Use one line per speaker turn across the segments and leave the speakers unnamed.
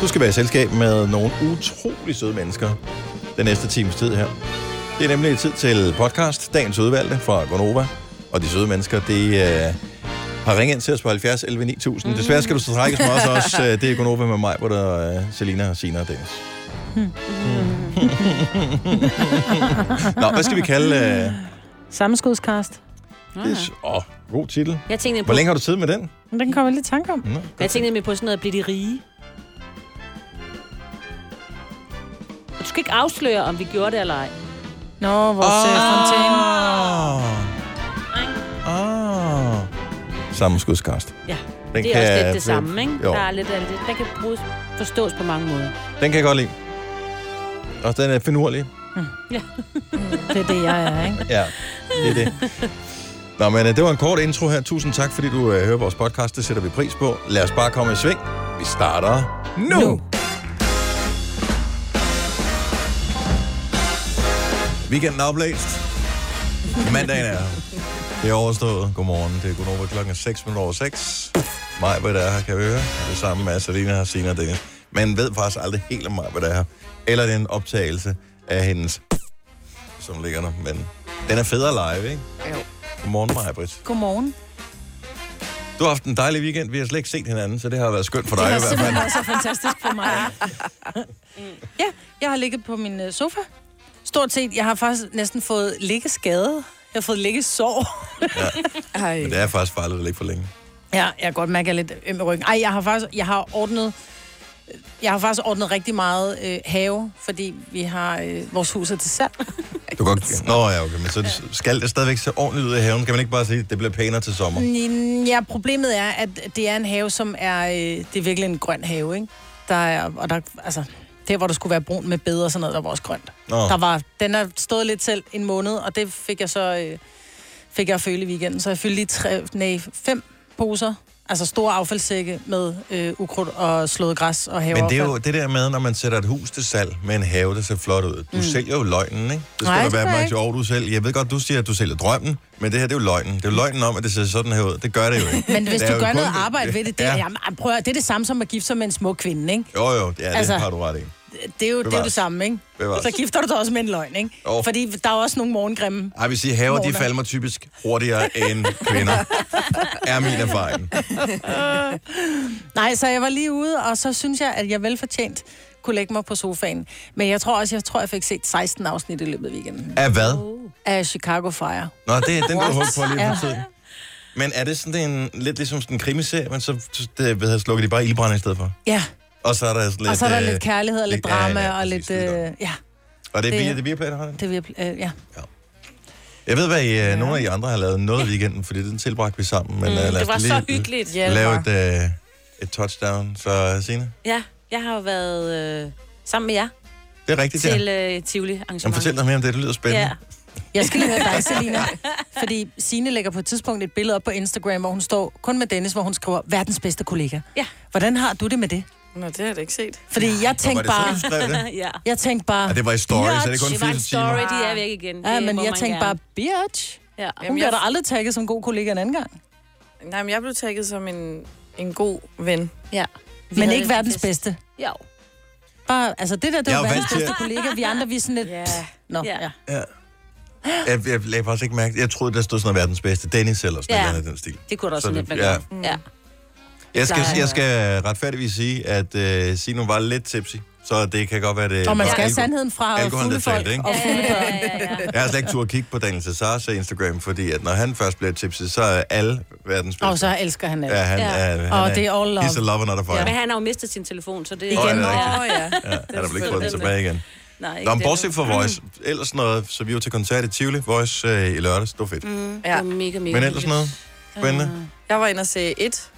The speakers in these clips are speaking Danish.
Du skal være i selskab med nogle utrolig søde mennesker den næste times tid her. Det er nemlig tid til podcast, dagens udvalgte fra Gonova. Og de søde mennesker, det øh, har ringet ind til os på 70 11 9000. Mm. Desværre skal du så trækkes med os også. Øh, det er Gonova med mig, hvor der øh, Selina, Sina og Dennis. Nå, hvad skal vi kalde... Øh,
Sammenskudskast.
det? s- Åh, oh, god titel.
Jeg tænkte,
Hvor
på,
længe har du siddet med den?
Men Den kommer jeg lidt i tanke om.
Nå,
jeg tænkte nemlig på sådan noget at blive de rige. Og du skal ikke afsløre, om vi gjorde det eller ej.
Nå, vores oh. fontæne.
Ah. Ah. Sammenskudskast.
Ja,
Den
Den det er også
kan-
lidt det samme, ikke?
Jo.
Der er lidt af det. Den kan bruges, forstås på mange måder.
Den kan jeg godt lide. Og den er finurlig.
Det er det, jeg er, ikke?
Ja, det er det. Nå, men øh, det var en kort intro her. Tusind tak, fordi du øh, hører vores podcast. Det sætter vi pris på. Lad os bare komme i sving. Vi starter nu. nu. Weekenden er oplæst. Mandagen er Det er overstået. Godmorgen. Det er Gunova klokken 6 minutter over 6. Maj, hvad der er her, kan vi høre. Det samme med Salina her, Sina og Dennis. Man ved faktisk aldrig helt om mig, hvad der er her. Eller det er en optagelse af hendes, som ligger der. Men den er federe live, ikke? Jo. Godmorgen, Maja Britt.
Godmorgen.
Du har haft en dejlig weekend. Vi har slet ikke set hinanden, så det har været skønt for dig i
Det har
hvert fald.
simpelthen været så fantastisk for mig. ja, jeg har ligget på min øh, sofa. Stort set, jeg har faktisk næsten fået liggeskade. Jeg har fået liggesår.
Ej.
Men det er faktisk farligt at ligge for længe.
Ja, jeg kan godt mærke, at jeg er lidt øm i ryggen. Ej, jeg har faktisk jeg har ordnet... Jeg har faktisk ordnet rigtig meget øh, have, fordi vi har øh, vores hus er til salg.
Du kan godt... Nå ja, okay, men så skal det stadigvæk se ordentligt ud i haven. Kan man ikke bare sige, at det bliver pænere til sommer?
Mm, Ja, problemet er, at det er en have, som er... Øh, det er virkelig en grøn have, ikke? Der er, og der, altså, der, hvor der skulle være brun med bede og sådan noget, der var også grønt.
Nå.
Der var, den har stået lidt selv en måned, og det fik jeg så øh, fik jeg at føle i weekenden. Så jeg fyldte lige tre, nej, fem poser, altså store affaldssække med øh, ukrudt og slået græs og haveaffald.
Men det er jo det der med, når man sætter et hus til salg med en have, der ser flot ud. Du mm. sælger jo løgnen, ikke? Det skal
Nej,
Nej,
det
du være
gør jeg
opmærksom over, du selv. Jeg ved godt, du siger, at du sælger drømmen, men det her, det er jo løgnen. Det er jo løgnen om, at det ser sådan her ud. Det gør det jo ikke.
Men hvis
Det er jo
du gør
kun-
noget arbejde ved det, det, er,
Ja.
jamen, ej, prøv, at høre, det er det samme som at gifte sig med en smuk kvinde, ikke?
Jo, jo, ja, altså,
Altså-
det har du ret i.
Det er jo det, er jo
Bevares.
det samme, ikke?
Bevares.
Så gifter du dig også med en løgn, ikke?
Jo.
Fordi der er også nogle morgengrimme.
Ej, vi siger, haver, de
Morten.
falmer typisk hurtigere end kvinder. er min erfaring.
Nej, så jeg var lige ude, og så synes jeg, at jeg velfortjent kunne lægge mig på sofaen. Men jeg tror også, jeg tror, jeg fik set 16 afsnit i løbet af weekenden.
Er hvad?
Af Chicago Fire.
Nå, det er den, du har holdt på lige
Ja.
for tiden. Men er det sådan en, lidt ligesom sådan en krimiserie, men så det, ved jeg, slukker de bare ildbrænde i stedet for?
Ja,
Og så er der sådan lidt...
og så er der
øh,
lidt kærlighed og lidt
ja, ja,
drama og
præcis,
lidt... Øh,
det er godt.
ja,
Og det er
det-
Via, det er Viaplay, der har den?
det vil jeg... Øh, ja.
Jeg ved, hvad I, ja. nogle af jer andre har lavet noget i weekenden, fordi den tilbragte vi sammen. Men mm, lad
det
os
var
lige
så hyggeligt.
Ja, det
lave
var.
et, øh, et touchdown. Så Signe,
Ja, jeg har jo været øh, sammen med jer
det er rigtigt,
til
ja.
øh, Tivoli arrangement.
Jamen, fortæl dig mere om det, det lyder spændende.
Ja,
Ja.
Jeg skal lige høre dig, Selina. Fordi Sine lægger på et tidspunkt et billede op på Instagram, hvor hun står kun med Dennis, hvor hun skriver, verdens bedste kollega.
Ja.
Hvordan har du det med det?
Nå, det har jeg da ikke set.
Fordi jeg
Var
tænkte
det sådan,
bare...
du skrev det?
ja.
Jeg tænkte bare...
Ja, det var i stories, er det
bitch.
kun
Det var en
80
story,
timer?
de er væk igen.
Ja,
Det
men
må
jeg
man
tænkte bare,
gerne.
bitch.
Ja.
Hun
Jamen,
bliver
jeg-
da aldrig tagget som god kollega en anden gang.
Nej, men jeg blev tagget som en, en god ven.
ja. Vi
Men
havde
ikke
en
verdens
fest.
bedste.
Jo.
Bare, altså det der, det
Jeg
var
er jo
verdens
vant til
bedste
at-
kollega. Vi andre, vi er sådan lidt... Yeah. Nå,
Ja.
ja.
Ja. Jeg, jeg lagde faktisk ikke mærke. Jeg troede, der stod sådan noget verdens bedste. Dennis eller sådan
Ja.
noget ja. den stil.
Det kunne da også
Så
lidt
det-
være Mm.
ja.
godt. Ja.
Jeg skal,
Plejer.
jeg skal retfærdigvis sige, at øh, Sino var lidt tipsy. Så det kan godt være, det...
Og man
var
skal have
alko-
sandheden fra og
alkoholen, der
fulde folk.
talte, ikke?
Og fulde
Ja,
børn.
ja, ja, ja.
Jeg har slet ikke tur at kigge på Daniel Cesar's Instagram, fordi at når han først bliver tipsy, så er alle verdens bedste.
Og så elsker han det.
Ja, han,
Ja.
Er, han
Og
er,
det er all love.
He's a lover, not a fighter.
Men han har jo mistet sin telefon, så det
Åh, ja, det er rigtigt.
Åh, ja.
Ja, han har vel ikke fået
selvfølgelig.
den tilbage igen.
Nej, ikke
Nå, men
det.
bortset fra Voice, ellers noget, så vi var til koncert i Tivoli, Voice øh, i lørdags, det var fedt. Mm.
Det
ja.
var mega, mega
Men ellers
hyggeligt. Øh,
noget spændende.
Jeg var inde og se et,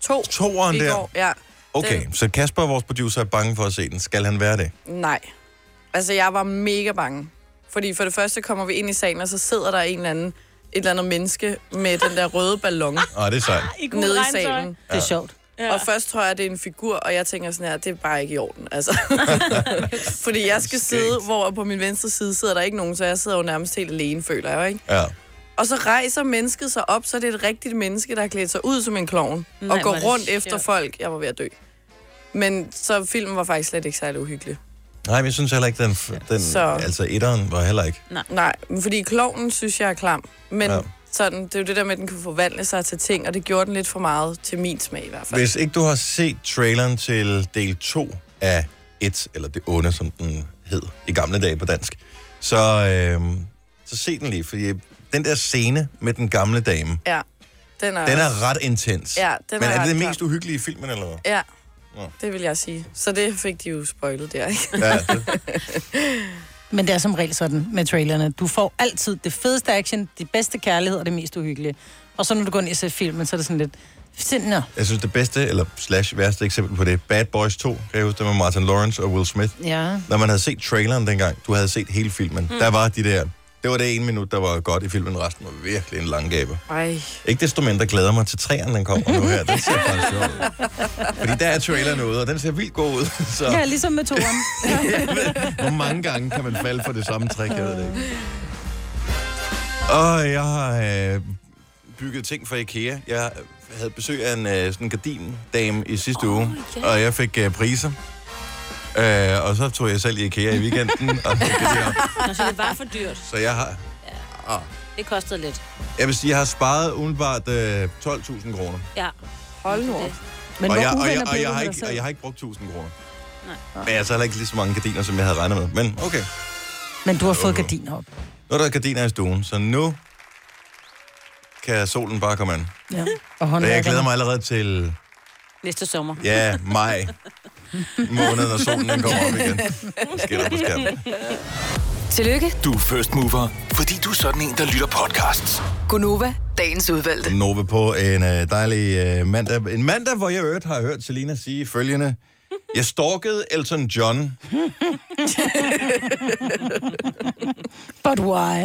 to
Toeren
i
der.
går. Ja.
Okay, så Kasper, vores producer, er bange for at se den. Skal han være det?
Nej. Altså, jeg var mega bange. Fordi for det første kommer vi ind i salen, og så sidder der en eller anden, et eller andet menneske med den der røde ballon
Åh, det er sejt.
I gul
nede i
regntøj.
salen.
Det er sjovt.
Ja. Og først tror jeg, det er en figur, og jeg tænker sådan her, det er bare ikke i orden, altså. Fordi jeg skal sidde, hvor på min venstre side sidder der ikke nogen, så jeg sidder jo nærmest helt alene, føler jeg, ikke?
Ja.
Og så rejser mennesket sig op, så Mm. er det et rigtigt menneske, der har klædt sig ud som en klovn.
Nej,
Og
hvor
går
er det
rundt efter
sjovt.
folk. Jeg var ved at dø. Men så filmen var faktisk slet ikke særlig uhyggelig.
Nej, men jeg synes heller ikke, den, f- den
Så-
altså etteren var heller ikke.
Nej, men fordi kloven synes jeg er klam. Men
Ja.
ja. sådan, det er jo det der med, at den kan forvandle sig til ting, og det gjorde den lidt for meget til min smag i hvert fald.
Hvis ikke du har set traileren til del 2 af 1, eller det onde, som den hed i gamle dage på dansk, så, øh, så se den lige, fordi den der scene med den gamle dame,
Ja, den er,
den er ret intens.
Ja, den
Men
er,
er det
ret
den
klam.
mest uhyggelige i filmen, eller hvad?
Ja,
Nå.
det vil jeg sige. Så det fik de jo spoilet der, ikke?
Ja, det,
Men det er som regel sådan med trailerne. Du får altid det fedeste action, det bedste kærlighed og det mest uhyggelige. Og så når du går ind og ser filmen, så er det sådan lidt... sind- Nå,
jeg synes, det bedste, eller slash værste eksempel på det, Bad Boys 2, kan jeg huske, det med Martin Lawrence og Will Smith.
ja.
Når man havde set traileren dengang, du havde set hele filmen, mm. der var de der... Det var det ene minut, der var godt i filmen, resten var virkelig en lang gabe.
Ej,
Ikke desto mindre glæder jeg mig til træerne, den kommer nu her. Den ser faktisk sjov ud. Fordi der er traileren ude, og den ser vildt god ud. Så
Ja, ligesom med toren.
hvor mange gange kan man falde for det samme trick, jeg ved det ikke. Og jeg har øh, bygget ting fra IKEA. Jeg havde besøg af en øh, sådan gardindame i sidste oh, uge,
ja.
og jeg fik øh, priser. Øh, og så tog jeg selv i IKEA i weekenden, og fik det op.
Nå, så det var for dyrt.
så jeg har,
Det kostede lidt.
jeg vil sige, jeg har sparet udenbart øh, 12.000 kroner.
Ja.
hold nu op.
Det-
Men
og
hvor
jeg, og,
uvenner
jeg, og,
blev
jeg
du
har
med
ikke,
dig
og
selv?
jeg har ikke brugt 1000 kroner. Men jeg har så heller ikke lige så mange gardiner, som jeg havde regnet med. Men okay,
Men du har fået gardiner op.
nu er der gardiner i stuen, så nu kan solen bare komme an.
Ja. Og
Og jeg
håndværkerne.
glæder mig allerede til,
Næste sommer.
ja, maj måned, når solen den kommer op igen. Skal der på skærmen.
Tillykke,
Du er first mover, fordi du er sådan en, der lytter podcasts.
Gunova, dagens udvalgte.
Nova på en øh, dejlig øh, mandag. En mandag, hvor jeg i øvrigt har hørt Selina sige følgende. Jeg stalkede Elton John.
But why?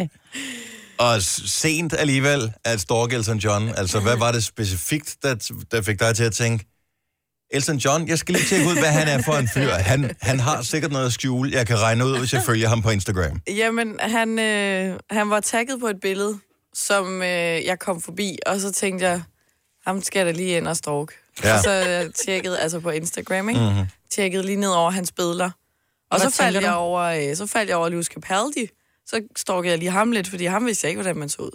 Og s- sent alligevel at stalke Elton John. Altså, hvad var det specifikt, der, t- der fik dig til at tænke, Elton John, jeg skal lige tjekke ud, hvad han er for en fyr. Han, han har sikkert noget at skjule. Jeg kan regne ud, hvis jeg følger ham på Instagram.
Jamen, han, øh, han var tagget på et billede, som øh, jeg kom forbi, og så tænkte jeg, ham skal der lige ind og stalk.
Ja. Mhm.
Ja. Og så jeg tjekkede, altså på Instagram, ikke? Mm-hmm. tjekkede lige ned over hans billeder. Og
Hvad
så faldt,
tænker
jeg
du?
over, øh, så faldt jeg over Lewis Capaldi. Så stalkede jeg lige ham lidt, fordi ham vidste jeg ikke, hvordan man så ud.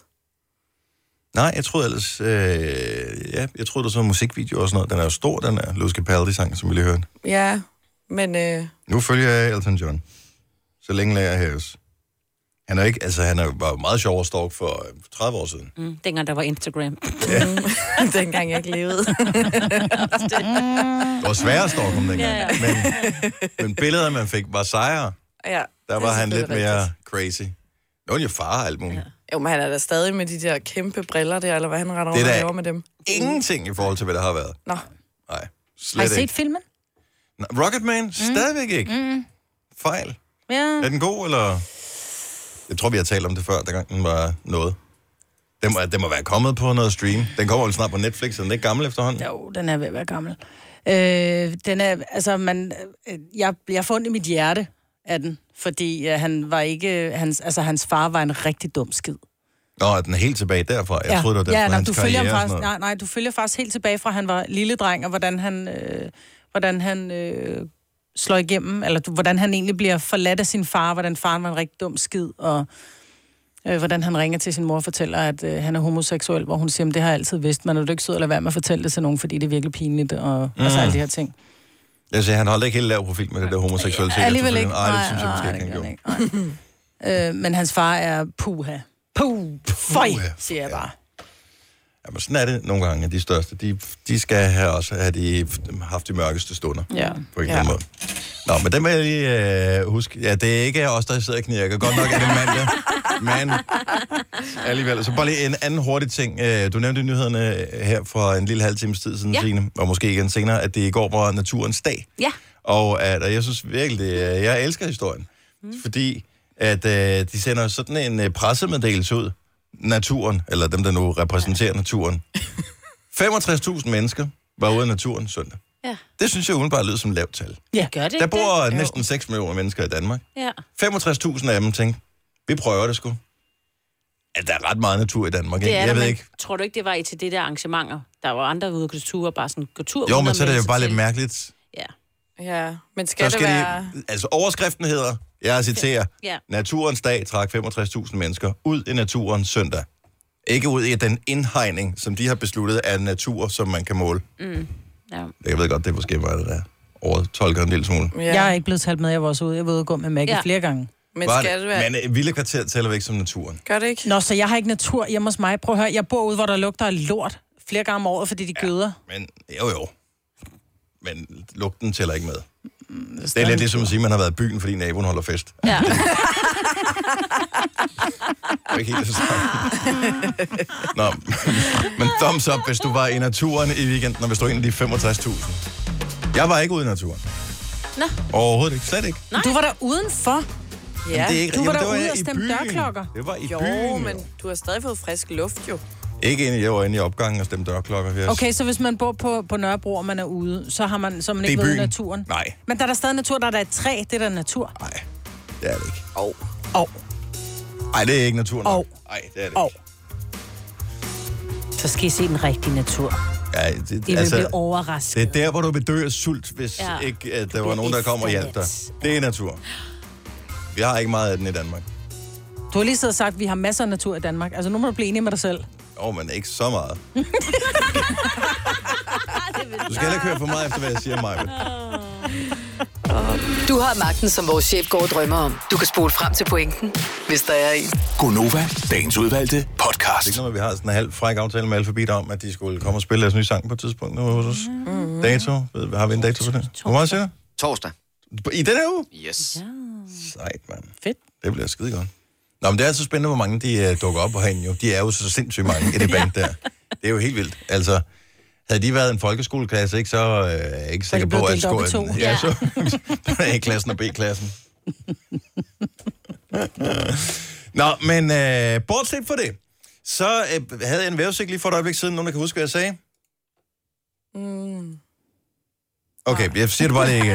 Nej, jeg troede ellers... Øh, ja, jeg troede, der var sådan en musikvideo og sådan noget. Den er jo stor, den er Lewis Capaldi-sang, som vi lige hørte.
Ja, men øh,
Nu følger jeg Elton John. Så længe lærer jeg hæves. Han er ikke... Altså, han er jo bare meget sjov at stalk for øh, 30 år siden.
Mm, dengang der var Instagram.
dengang jeg ikke levede.
Det var sværere at stalke ham dengang.
Ja,
Men, men billederne, man fik, var sejere.
ja, Altså,
Der
det
var
er
han lidt
selvfølgelig
mere
rigtigt.
crazy. Nu er jo far og alt muligt. Ja.
Jo, men han er da stadig med de der kæmpe briller der, eller hvad han render
Det er
rundt og
da-
laver med dem.
Ingenting i forhold til, hvad der har været.
Nå,
Nej,
Har I
slet
set
ikke.
filmen?
Nå, Rocketman? Mm. Stadigvæk ikke. Mm. Fejl.
Ja.
Er den god, eller? Jeg tror, vi har talt om det før, dengang den var noget. Den må, den må være kommet på noget stream. Den kommer jo snart på Netflix, er den ikke gammel efterhånden?
Jo, Uh, den er ved at være gammel. Øh, den er, altså, man, øh, jeg, jeg får ondt i mit hjerte af den, fordi øh, han var ikke, øh, hans, altså, hans far var en rigtig dum skid.
Nå, er den helt tilbage derfra? Jeg troede, det var den
ja,
fra
nej,
hans
du følger ham
karriere og
faktisk,
sådan
nej,
noget.
nej, du følger faktisk helt tilbage fra, at han var lille dreng, og hvordan han, øh, hvordan han øh, slår igennem, eller du, hvordan han egentlig bliver forladt af sin far, hvordan faren var en rigtig dum skid, og øh, hvordan han ringer til sin mor og fortæller, at øh, han er homoseksuel, hvor hun siger, "Men det har jeg altid vidst, men er du ikke sød at lade være med at fortælle det til nogen, fordi det er virkelig pinligt, og mm. altså alle de her ting.
Jeg siger, han holdt ikke helt lav profil med det der homoseksualitet.
Alligevel ikke.
Nej, det synes jeg måske
nej,
ikke, han
det
gjorde.
gør han ikke. Nej. øh, men hans far er puha. Puh, føj, siger jeg bare.
Jamen, sådan er det nogle gange, at de største. De, de skal have også have de, haft de mørkeste stunder.
Ja.
På en eller anden måde. Nå, men den vil jeg lige øh, huske. Ja, det er ikke os, der sidder og knirker. Godt nok er det mandag. Men alligevel. Så bare lige en anden hurtig ting. Øh, Du nævnte i nyhederne øh, her for en lille halv times tid siden, ja.
Ja.
Signe, og måske igen senere, at det i går var naturens dag.
Ja.
Og at, og jeg synes virkelig, det er- jeg elsker historien. Mm. Fordi at øh, de sender sådan en øh, pressemeddelelse ud. Naturen, eller dem, der nu repræsenterer naturen. 65.000 mennesker var ude i naturen søndag.
Ja.
Det synes jeg udenbart lyder som lavt tal.
Ja.
Gør det
Der
ikke
bor
det?
næsten 6 millioner mennesker i Danmark.
Ja.
65.000 af dem tænkte, vi prøver det sgu. Ja, der er ret meget natur i Danmark,
Det
ikke?
er
Jeg
der,
ved
men
ikke.
Tror du ikke, det var i til det der arrangementer? Der var andre ude og gå tur og bare sådan gå tur.
Jo,
uden
men
at
så er det
melde
jo
sig
bare
til.
lidt mærkeligt.
Ja.
Ja, men skal,
Så
skal
skal
det være...
de, altså overskriften hedder, jeg citerer,
Ja.
Naturens dag trak 65.000 mennesker ud i naturen søndag. Ikke ud i den indhegning, som de har besluttet er natur, som man kan måle.
Mm.
Ja.
Jeg ved godt, det er måske mig, der overtolker en lille
De...
smule.
Ja. Jeg er
Ja,
ikke blevet talt med, jeg var også ude. Jeg var ude og gå med Maggie ja.
Ja.
flere gange.
men
Var
skal det være...
Men øh, Vilde Kvarter tæller væk som naturen.
Gør det ikke?
Nå, så jeg har ikke natur hjemme hos mig. Prøv at høre, jeg bor ude, hvor der lugter af lort flere gange om året, fordi de ja. gøder.
Men jo jo. Men lugten tæller ikke med. Det er
Mm, stadig
lidt ligesom at sige, at man har været i byen, fordi naboen holder fest. Det
ja.
er ikke helt det samme. Nå, men thumbs up, hvis du var i naturen i weekenden, og hvis du er en af de 65.000. Jeg var ikke ude i naturen.
Nå.
Overhovedet ikke. Slet ikke.
Nej. Du var der udenfor.
Ja.
det er ikke
du var
Jamen, det
derude
jeg
og
i
stemte
byen.
dørklokker.
Det var i
Jo,
byen.
men du har stadig fået frisk luft, jo.
Ikke inde, i- jeg var inde i opgangen og stemte dørklokker. Yes.
Okay, så hvis man bor på, på Nørrebro, og man er ude, så har man, så er man
Det er
ikke
i
været ude i
byen.
naturen.
Nej.
Men der er der stadig natur, der er der et træ, det er der natur.
Nej, det er det ikke.
Og
Og,
Nej, det er ikke naturen.
Og.
Nej, det er det
og.
ikke.
Så skal I se den rigtige natur.
Ja, det, altså,
I vil blive
Det
overrasket.
er der, hvor du vil dø af sult, hvis ja.
Ja.
ikke at der
Du
var
bliver
nogen, der kom og hjalp dig.
efterladt.
Det er natur. Vi har ikke meget af den i Danmark.
Du har lige siddet og sagt, at vi har masser af natur i Danmark. Altså, nu må du blive enig med dig selv.
Åh, oh, men ikke så meget. Du skal heller ikke høre for meget efter, hvad jeg siger, Maja.
Du har magten, som vores chef går og drømmer om. Du kan spole frem til pointen, hvis der er en.
Gonova, dagens udvalgte podcast.
Det er ikke noget, med, at vi har sådan en halv fræk aftale med Alphabet om, at de skulle komme og spille deres nye sang på et tidspunkt nu hos os. Mm. Dato? Ved- Har vi en dato for det? Hvor meget siger du?
Torsdag.
I den her uge?
Yes. Ja.
Sejt, mand.
Fedt.
Det bliver skide godt. Nå, men det er altså spændende, hvor mange de uh, dukker op herinde jo. De er jo så sindssygt mange i det band der. Det er jo helt vildt. Altså, havde de været en folkeskoleklasse, ikke, så øh, er jeg ikke sikker
blevet
på, at
delt op i to.
skolen... Ja, så A-klassen og B-klassen. Nå, men øh, bortset fra det, så øh, havde jeg en vævesigt lige for et øjeblik siden. Nogen, der kan huske, hvad jeg sagde?
Mm.
Okay, jeg siger det bare lige igen.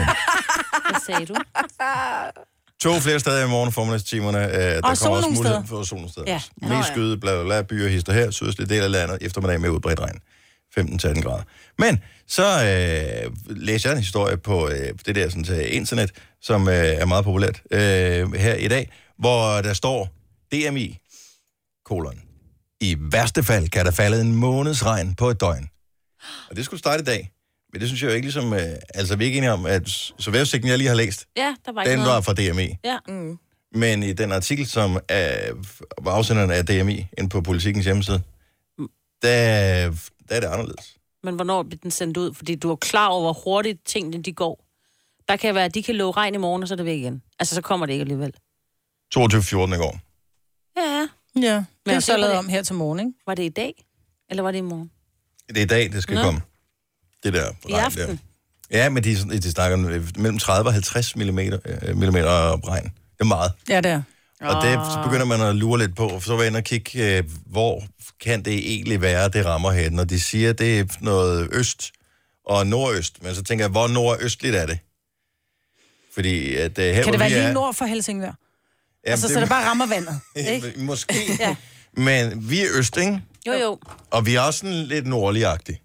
Hvad sagde du?
To flere steder i morgen formiddagstimerne. Øh, der
Og sol
kommer også
nogle
mulighed
steder.
for sol nogle steder.
Ja.
Ja. Mest skyde, bla bla bla, byer, hister her, sydøstlige del af landet, eftermiddag med udbredt regn. 15-18 grader. Men så øh, læser jeg en historie på øh, det der sådan, til internet, som øh, er meget populært øh, her i dag, hvor der står DMI, kolon. I værste fald kan der falde en måneds regn på et døgn. Og det skulle starte i dag. Men det synes jeg jo ikke ligesom... Øh, altså, vi er ikke enige om, at så vejrudsigten, jeg lige har læst,
Ja, der var ikke
den
noget.
var fra DMI.
Ja.
Mm.
Men i den artikel, som er, var afsenderen af DMI ind på politikens hjemmeside, der, der er det anderledes.
Men hvornår bliver den sendt ud? Fordi du er jo klar over, hvor hurtigt tingene de går. Der kan være, at de kan love regn i morgen, og så er det væk igen. Altså, så kommer det ikke alligevel.
22.14 i går.
Ja,
Ja, det er
jeg
så
tænker
lavet
det-
om her til morgen, ikke?
Var det i dag? Eller var det i morgen?
Det er i dag, det skal Nå.
Nå.
komme. Det der
I
regn der.
aften?
Ja, men de, er sådan- de snakker om øh, mellem 30 og 50 mm, mm regn. Det er meget.
Ja, det er.
Og det,
Ah.
så begynder man at lure lidt på, for så var jeg inde og kigge, øh, hvor kan det egentlig være, det rammer hen. Og de siger, det er noget øst og nordøst. Men så tænker jeg, hvor nordøstligt er det? Fordi at, øh, her,
Kan
hvor
det være
vi
lige
er-
nord for Helsingør?
Jamen,
Altså, så det bare rammer vandet, ikke?
Måske.
Ja.
Men vi er øst, ikke?
Jo, jo.
Og vi er også sådan lidt nordligagtige.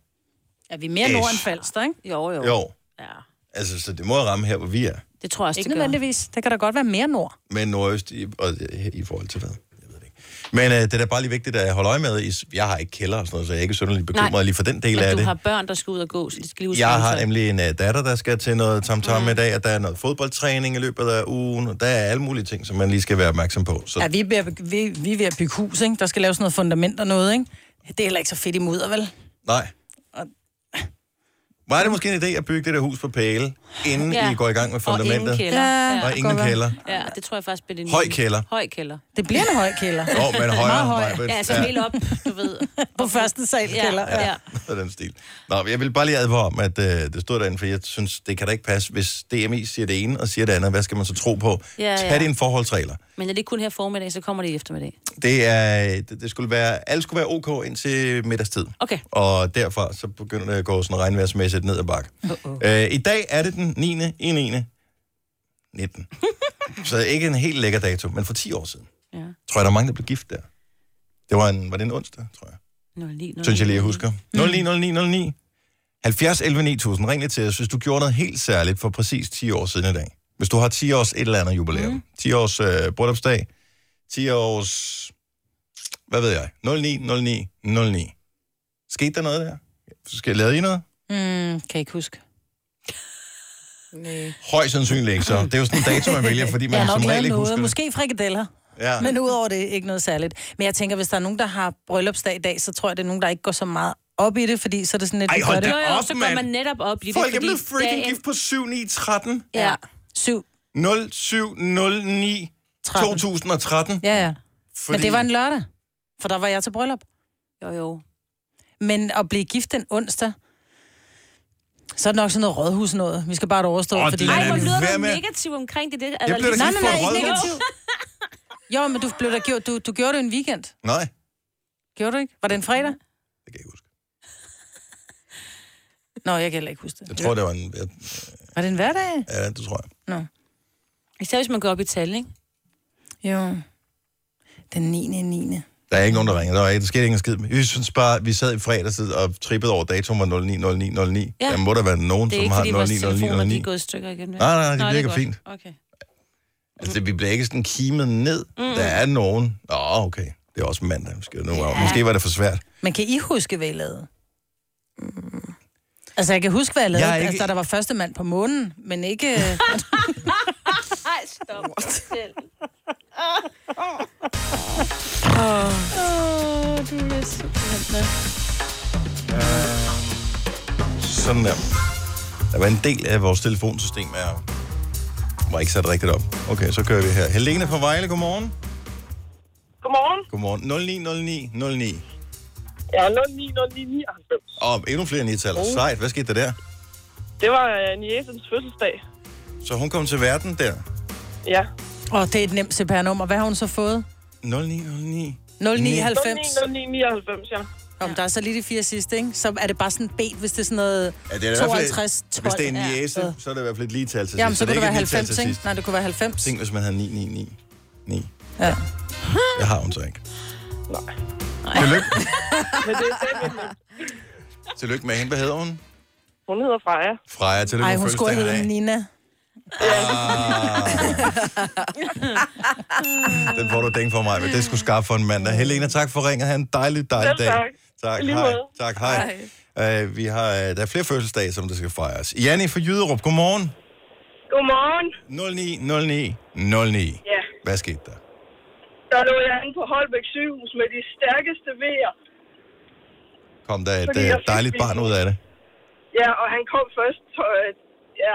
Er vi mere
Ish.
nord end Falster, ikke?
Jo, jo.
Jo,
Ja.
altså, så det må ramme her, hvor vi er.
Det tror jeg også,
Ikke
det gør.
nødvendigvis. Der kan da godt være mere nord.
Men nordøst i, og, øh, i forhold til hvad? Jeg ved det ikke. Men øh, det er da bare lige vigtigt at holde øje med. I- Jeg har ikke kælder og sådan noget, så jeg er ikke synderligt bekymret
Nej.
lige for den del
Men
af
du
det.
har børn, der skal ud og gå, så de skal lige ud
Jeg har nemlig en uh, datter, der skal til noget tamtam mm. i dag, og der er noget fodboldtræning i løbet af ugen, og der er alle mulige ting, som man lige skal være opmærksom på. Så
Ja, vi er, ved at- vi, vi er ved at bygge hus, ikke? Der skal laves noget fundament og noget, ikke? Det er heller ikke så fedt i mudder, vel?
Nej.
Og-
Var det måske en idé at bygge det der hus på pæle, inden ja.
Ja.
I går i gang med
Og ingen
fundamentet?
kælder.
Ja.
Ja.
og ingen
Godt være.
kælder.
ja, det tror jeg faktisk bliver det nye.
Høj kælder.
Høj kælder.
Det bliver en høj kælder.
Åh, oh, men højere.
høj.
Majbrit.
Ja, altså ja. helt op, du ved.
På første sal
Ja,
kælder.
ja. ja.
Noget af den stil. Nå, men jeg vil bare lige advare om, at øh, det stod derinde, for jeg synes, det kan da ikke passe, hvis DMI siger det ene og siger det andet. Hvad skal man så tro på?
Ja,
Tag
ja.
dine forholdsregler.
Men er det kun her formiddag, så kommer det i eftermiddag.
Det er, det, det skulle være, alt skulle være ok indtil middagstid.
Okay.
Og derfra så begynder det at gå sådan regnværsmæssigt ned ad bakke. Uh-oh. Øh, I dag er det den 9. i 9. 19. så ikke en helt lækker dato, men for 10 år siden.
Ja.
Tror jeg, der er mange, der blev gift der. Det var en, var det en onsdag, tror jeg.
Nå, lige, nå,
Synes jeg lige, jeg husker. 09, 09, 09. 70 11 9000, ring lige til os, hvis du gjorde noget helt særligt for præcis 10 år siden i dag. Hvis du har 10 års et eller andet jubilæum. Mm. 10 års øh, bryllupsdag, 10 års... Hvad ved jeg? 09, 09, 09. Skete der noget der? Skal jeg lave i noget?
Mm, kan jeg ikke huske.
Nej.
Højst sandsynligt ikke, så. Det er jo sådan en dato, man vælger, fordi
Jeg
man
har
som
nok
regel
lavet
ikke
noget.
husker det.
Måske frikadeller.
Ja.
Men udover det, ikke noget særligt. Men jeg tænker, hvis der er nogen, der har bryllupsdag i dag, så tror jeg, det er nogen, der ikke går så meget op i det, fordi så er det sådan lidt...
Ej,
vi
hold
gør det.
da
jo,
op,
så går
mand.
man netop op i det.
Folk er
fordi
blevet freaking
dagen-
gift på 7, 9, 13.
Ja.
Syv.
0709
13.
2013.
Ja, ja.
Fordi...
Men det var en lørdag, for der var jeg til bryllup.
Jo, jo.
Men at blive gift den onsdag, så er det nok sådan noget rådhus noget. Vi skal bare overstå,
Åh,
oh, fordi...
det er
Ej, hvor
vi
lyder
være
du
med?
negativ omkring det. det er Altså,
Jeg
der
blev da
lidt-
Nej,
gift for
nej, nej,
et
ikke
rådhus.
negativ. Jo, men du blev der gjort, du, du gjorde det en weekend.
Nej,
Gjorde du ikke? Var det en fredag?
det kan jeg ikke huske.
Nå, jeg kan heller ikke huske det.
Jeg tror, det var en... Ja,
Var det en hverdag?
Ja, det tror jeg.
Især hvis man går op i tal, ikke?
Jo. Den 9. 9.
Der er ikke nogen, der ringer. Der, var ikke, der skete ingen skid. Vi synes bare, vi sad i fredags og trippede over datoen var 090909. Ja.
Ja.
Der må der være nogen,
Det er
som
ikke,
har
fordi vores telefoner de
090909.
er gået i stykker igen. vel?
Nej, nej, det
Nå,
virker
er godt.
fint.
Okay.
Altså, vi bliver ikke sådan kimet ned. Mm. Der er nogen. Nå, okay. Det er også mandag. Måske, nu, ja. måske var det for svært.
Men kan I huske, hvad I lavede? Altså, jeg kan huske, hvad jeg lavede.
Jeg er
Jeg ikke...
ikke-
Altså, da der var første mand på månen, men ikke... øh,
Ej, stop. Selv.
Sådan der. Der var en del af vores telefonsystem, der var ikke sat rigtigt op. Okay, så kører vi her. Helene fra Vejle, godmorgen.
Godmorgen.
Godmorgen. 090909.
Jeg er 090999.
Og endnu flere nitaller. Oh. Sejt. Hvad skete der der?
Uh. Det var øh, Niesens fødselsdag.
Så hun kom til verden der.
Ja.
Åh, oh, det er et nemt CPR-nummer. Hvad har hun så fået?
0909.
099.
090999, ja.
Om der er så lige de fire sidste, ikke? Så er det bare sådan et B, hvis det er sådan noget
Ja, det er i hvert fald-
52, 12.
Hvis det er en jæse,
Ja.
så er det i hvert fald et lige tal til
Jamen,
sidst.
så
det
kunne det
er
være
ikke et lige tal
90,
til
ikke?
sidst.
Nej, det kunne være 90.
Tænk, hvis man havde 9999.
Ja.
Det har hun så ikke.
Nej.
Tillykke.
Men det er stadigvæk nemt.
Tillykke med hende. Hvad hedder hun?
Hun hedder Freja.
Freja, tillykke
Ej,
med
hun skulle
fødselsdagen i
hedde
dag. Ah.
Nina.
Den får du dænge for mig, men det skulle skaffe for en mandag. Helena, tak for ringet. Ha' en dejlig, dejlig
Selv
dag.
tak.
Tak,
I lige
hej.
måde.
Tak, hej. hej. Uh, vi har, uh, der er flere fødselsdage, som der skal fejres. Janni fra Jyderup, godmorgen.
Godmorgen.
09, 09, 09.
Ja.
Hvad skete der?
Der lå jeg inde på Holbæk sygehus med de stærkeste vejer.
Kom der et
Fordi
øh,
jeg fik
dejligt
min-
barn ud af det?
Ja, og han kom først øh, ja,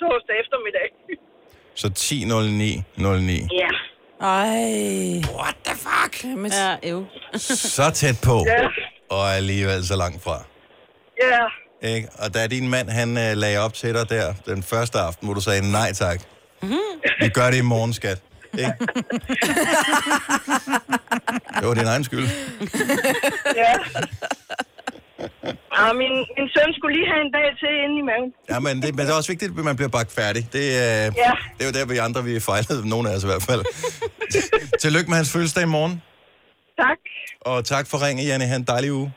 torsdag eftermiddag.
Så 10, 09, 09.
Ja.
Ej.
What the fuck?
Jamen,
Ja, jo.
Så tæt på,
Ja.
og alligevel så langt fra.
Ja.
Ikke? Og da din mand, han øh, lagde op til dig der, den første aften, hvor du sagde nej tak. Vi gør det i morgen, skat. Ikke? det var din egen skyld.
Ja. Og min, min søn skulle lige have en dag til inde i maven.
Ja, men det, men det er også vigtigt, at man bliver bagt færdig. Det, øh, ja. det er jo der, vi andre vi fejlede, nogle af os i hvert fald. Tillykke med hans fødselsdag i morgen,
Tak.
og tak for ringen, Janne. Ha' en dejlig uge.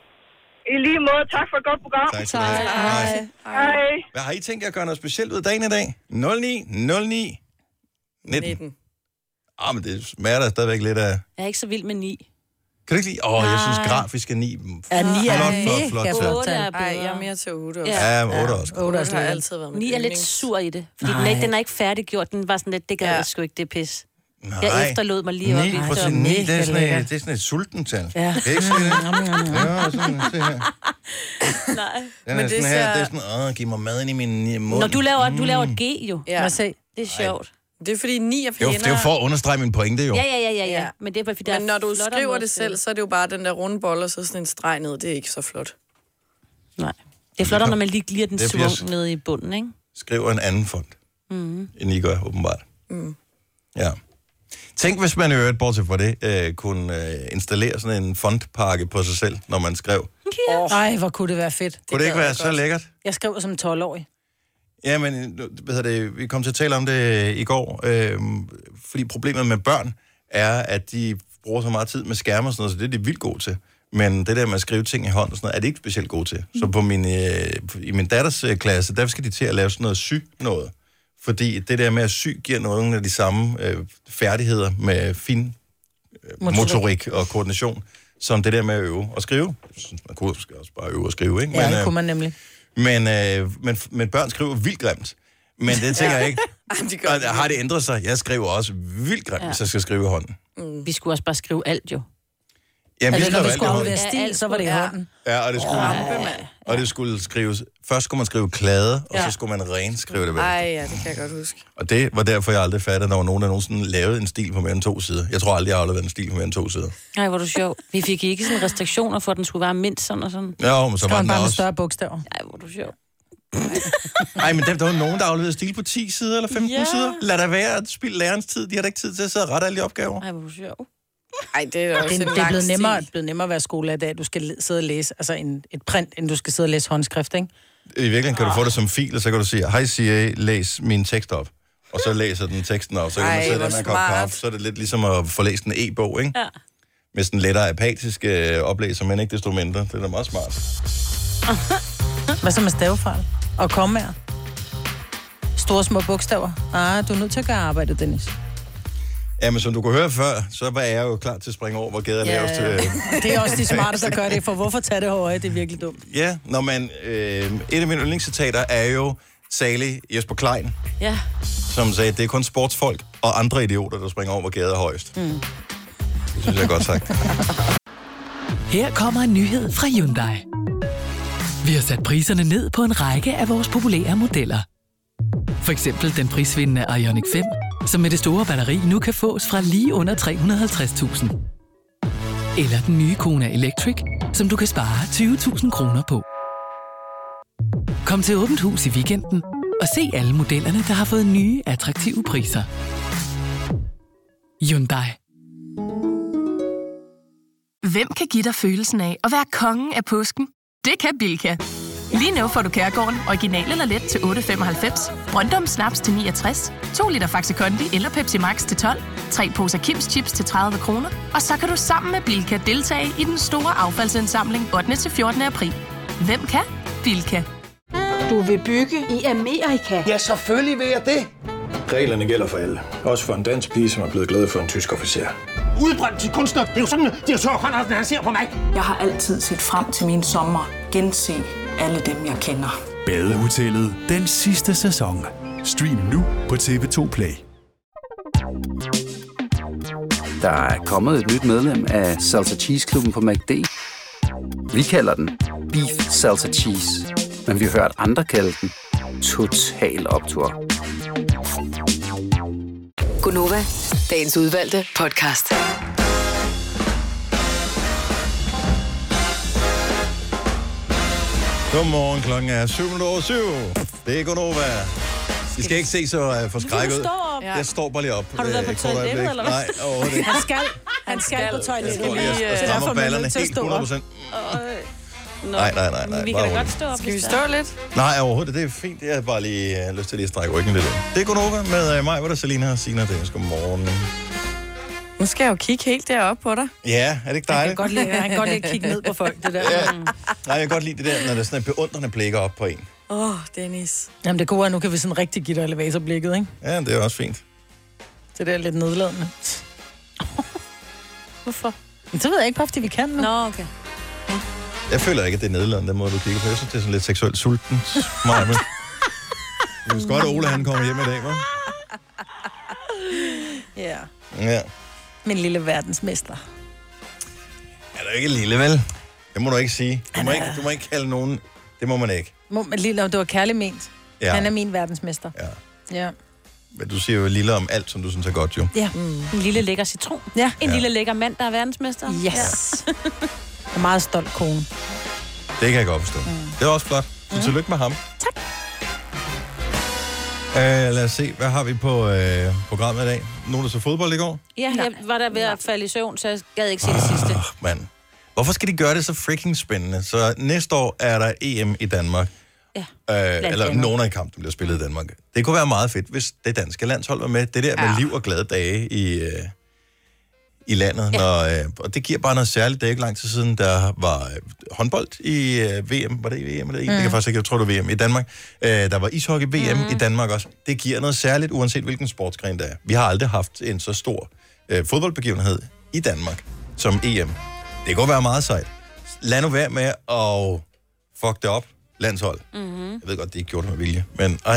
I lige måde, tak for et godt program.
Tak skal du have. Hej.
Hej.
Hvad har I tænkt jer at gøre noget specielt ud af dagen i dag? 09, 09, 19.
19.
Ah, men det smager da stadigvæk lidt af...
Jeg er ikke så vild med ni.
Kan du ikke lide? Åh, oh, jeg synes
Nej.
grafisk er 9.
Ja, ni er
Flot,
mega
flot, flot
flot,
tal.
flot
Otte er
tal.
Ej, jeg er
bedre.
mere til 8 også.
Ja, 8 også.
Otte er også
8 har
lidt.
altid været med.
Ni er lidt sur i det. Fordi den er,
Nej.
ikke, den er ikke færdiggjort. Den var sådan lidt, det gad
Ja.
jeg sgu ikke, det er pis.
Nej.
Jeg efterlod mig lige op i
9
det.
procent,
var
9, det
mega
er sådan et,
lækkert.
det er sådan et sultental.
Ja.
Kan I ikke se det? Ja, sådan, se her.
Nej.
Den
Men
er
det
sådan her,
ser-
det er sådan, åh, giv mig mad ind i min øh, mund.
Når du laver, du laver et G jo.
Ja.
Må jeg se?
Det er sjovt.
Det er fordi 9 er
det er, jo,
fjender.
det er jo for at understrege min pointe, jo.
Ja, ja, ja, ja, ja.
Ja.
Men det er bare, fordi der
Men
er
når du
flottere
skriver
måder
det
at skrive
selv, så er det jo bare den der runde bold, og så sådan en streg ned. Det er ikke så flot.
Nej. Det er flottere, når man lige glider den
Det er fordi, jeg-
svung ned i bunden, ikke?
Skriver en anden fond,
Mm-hmm.
end I gør, åbenbart. Ja. Tænk, hvis man i øvrigt, bortset fra det, øh, kunne øh, installere sådan en fondpakke på sig selv, når man skrev.
Ej, hvor kunne det være fedt.
Kunne det ikke
gad
være
jeg
så
godt.
lækkert?
Jeg skrev som 12-årig.
Ja, men nu, hvad hedder det, vi kom til at tale om det øh, i går, øh, fordi problemet med børn er, at de bruger så meget tid med skærme og sådan noget, så det er de vildt gode til. Men det der med at skrive ting i hånden og sådan noget, er de ikke specielt gode til. Så på min, øh, i min datters øh, klasse, der skal de til at lave sådan noget syg noget. Fordi det der med at sy giver nogen af de samme øh, færdigheder med fin motorik. motorik og koordination, som det der med at øve og skrive. Jeg synes, man kunne måske også bare øve og skrive, ikke?
Ja,
Men,
det
øh,
kunne man nemlig.
men, øh, men, men børn skriver vildt grimt. Men det tænker jeg ikke.
Jamen, de gør
Og har det ændret sig? Jeg skriver også vildt grimt, ja. hvis jeg skal skrive i hånden.
Vi skulle også bare skrive alt jo.
Jamen, vi
Altså,
skriver
når du
alt i
skulle
hånden.
aflevere stil, så var det i
Ja.
hånden.
Ja, og det skulle, og det skulle skrives... Først skulle man skrive klade, og så
Ja.
skulle man renskrive det. Vel.
Ej, ja, det kan jeg godt huske.
Og det var derfor, jeg aldrig fattede, at der var nogen, der nogensinde lavede en stil på mere end to sider. Jeg tror aldrig, jeg har afleveret en stil på mere end to sider.
Nej, hvor er du sjov. Vi fik ikke sådan restriktioner for, at den skulle være mindst sådan og sådan.
Ja, men så
Kom
var den
bare med
også...
større bogstaver.
Nej, hvor er du sjov.
Ej, men der, der var nogen, der afleverede stil på 10 sider eller 15
Ja.
sider. Lad da være at spille lærerens tid. De har da ikke tid til at sidde og rette alle de opgaver.
Nej, hvor er du sjov.
Ej, det er da også
Det,
en
det er
lang
blevet
stil.
nemmere, blevet nemmere at være skolelærer, da du skal le- sidde og læse altså en, et print, end du skal sidde og læse håndskrift, ikke?
I virkeligheden kan du få det som fil, og så kan du sige, hej Siri, læs min tekst op. Og så læser den teksten op, så kan
Ej,
man sætte
hvor
den her kop
smart.
kaffe. Så er det lidt ligesom at få læst en e-bog, ikke? Ja. Med sådan lettere apatisk øh, oplæser, men ikke desto mindre. Det er da meget smart.
Hvad så med stavefejl? Og kommaer? Store små bogstaver? Ah, du er nødt til at gøre arbejdet, Dennis.
Ja, men som du kunne høre før, så var jeg jo klar til at springe over, hvor gader ja. lavest. Øh,
Det er også de smarte, der gør det, for hvorfor tage det høje? Det er virkelig dumt.
ja, når man... Øh, et af mine yndlingscitater er jo salig Jesper Klein,
Ja,
som sagde, det er kun sportsfolk og andre idioter, der springer over, hvor gader er højest. Mm. Det synes jeg er godt sagt.
Her kommer en nyhed fra Hyundai. Vi har sat priserne ned på en række af vores populære modeller. For eksempel den prisvindende Ioniq 5, som med det store batteri nu kan fås fra lige under 350.000. Eller den nye Kona Electric, som du kan spare 20.000 kroner på. Kom til Åbent Hus i weekenden og se alle modellerne, der har fået nye, attraktive priser. Hyundai.
Hvem kan give dig følelsen af at være kongen af påsken? Det kan Bilka! Lige nu får du Kærgården original eller let til 8.95, Brøndum Snaps til 69, 2 liter Faxi Kondi eller Pepsi Max til 12, 3 poser Kims Chips til 30 kroner, og så kan du sammen med Bilka deltage i den store affaldsindsamling 8. til 14. april. Hvem kan? Bilka.
Du vil bygge i Amerika?
Ja, selvfølgelig vil jeg det. Reglerne gælder for alle. Også for en dansk pige, som er blevet glad for en tysk officer.
Udbrændt til kunstner. Det er jo sådan, at de har Conradsen, han ser på mig. Jeg har altid set frem til min sommer. Gense alle dem, jeg kender.
Badehotellet den sidste sæson. Stream nu på TV2 Play.
Der er kommet et nyt medlem af Salsa Cheese Klubben på MACD. Vi kalder den Beef Salsa Cheese, men vi har hørt andre kalde den Total Optor.
Gunova, dagens udvalgte podcast.
Godmorgen, klokken er 7 over 7. Det er Gunova. I skal ikke se så uh, forskrækket
Du
ud.
står op.
Jeg står bare lige op.
Har du været
øh,
på
et kort
toilettet,
øjeblik.
eller hvad?
Nej, overhovedet ikke.
Han skal, han skal på
Jeg
toilettet.
står lige
lige, øh,
og
så derfor
strammer
Altså, er man
ballerne
nødt til at
helt
stå
100%.
op.
øh, Nå,
Nej, nej, nej, nej.
Vi kan
Bare
da godt
roligt.
stå op,
Skal vi
hvis der
stå
er-
lidt?
Nej, overhovedet. Det er fint. Jeg har bare lige uh, lyst til lige at strække ryggen lidt. ud. Det er Gunova med uh, mig, hvor der Selina og Sina. Det er godmorgen.
Nu skal jeg jo kigge helt deroppe på dig.
Ja, er det ikke
Han kan
dejligt?
godt lide, han kan godt lide at kigge ned på folk, det der.
Nej, jeg kan godt lide det der, når der er sådan et beundrende blikker op på en.
Åh, oh, Dennis.
Jamen det gode er, at nu kan vi sådan rigtig give dig elevatorblikket, ikke?
Ja, det er også fint.
Det der er lidt nedladende.
Hvorfor?
Men det ved jeg ikke, bare fordi vi kan nu.
Nå, okay.
Jeg føler ikke, at det er nedladende, den måde, du kigger på. Jeg synes, det er sådan lidt seksuelt sulten. Maja, men... Det er godt, at Ole han kommer hjem i dag, hva'?
Ja.
Ja.
Min lille verdensmester.
Er du ikke lille, vel? Det må du ikke sige. Du må ikke, du må ikke kalde nogen... Det må man ikke.
Må man lige, når det var kærligt ment.
Ja.
Ja. Han er min verdensmester.
Ja.
Ja.
Men du siger jo lille om alt, som du synes er godt, jo.
Ja.
Mm. En lille lækker citron.
Ja.
En
Ja.
lille lækker mand, der er verdensmester.
Yes. Ja. Jeg er meget stolt kone.
Det kan jeg godt forstå. Mm. Det er også flot. Så tillykke med ham. Tak. Øh, lad os se, hvad har vi på øh, programmet i dag? Nogen, der så fodbold i går?
Ja, jeg var der ved at falde i søvn, så jeg gad ikke se
Ah.
det sidste.
Åh, mand. Hvorfor skal de gøre det så freaking spændende? Så næste år er der EM i Danmark.
Ja.
Øh, eller
andet.
nogen af kampene bliver spillet i Danmark. Det kunne være meget fedt, hvis det danske landshold var med. Det der med liv og glade dage i, øh, i landet. Ja. Når, øh, og det giver bare noget særligt. Det er ikke lang tid siden, der var øh, håndbold i øh, VM. Var det i VM eller i? Mm. Det kan jeg faktisk ikke. Jeg tror, det var VM i Danmark. Øh, der var ishockey-VM mm. i Danmark også. Det giver noget særligt, uanset hvilken sportsgren det er. Vi har aldrig haft en så stor øh, fodboldbegivenhed i Danmark som EM. Det kunne være meget sejt. Lad nu være med at fuck det op, landshold.
Mm-hmm.
Jeg ved godt, det ikke gjorde det med vilje, men ej,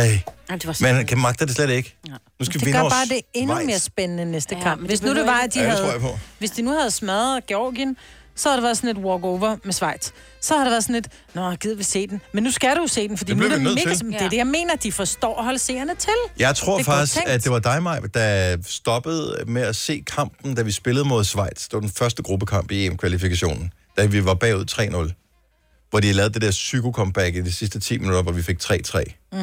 Ja, det var sådan.
man kan magte det slet ikke. Ja. Nu skal vi
Det
vinde
gør
over
bare det endnu
Schweiz.
mere spændende næste
Ja,
ja, kamp.
men
Hvis
det
nu det
behøver
var,
ikke-
at de
Ja, det tror
havde,
jeg på.
hvis de nu havde smadret Georgien, så havde det været sådan et walkover med Schweiz. Så havde det været sådan et, nå, gider vi se den. Men nu skal du jo se den, fordi
Det
nu er
bliver
det
vi nødt
mega
til.
som det, er det. Jeg mener, de forstår at holde seerne til.
Jeg tror
Det er godt
faktisk,
tænkt.
at det var dig, Maj, der stoppede med at se kampen, da vi spillede mod Schweiz. Det var den første gruppekamp i EM-kvalifikationen, da vi var bagud 3-0. Hvor de lavede det der psyko-comeback i de sidste 10 minutter, hvor vi fik 3-3.
Mm.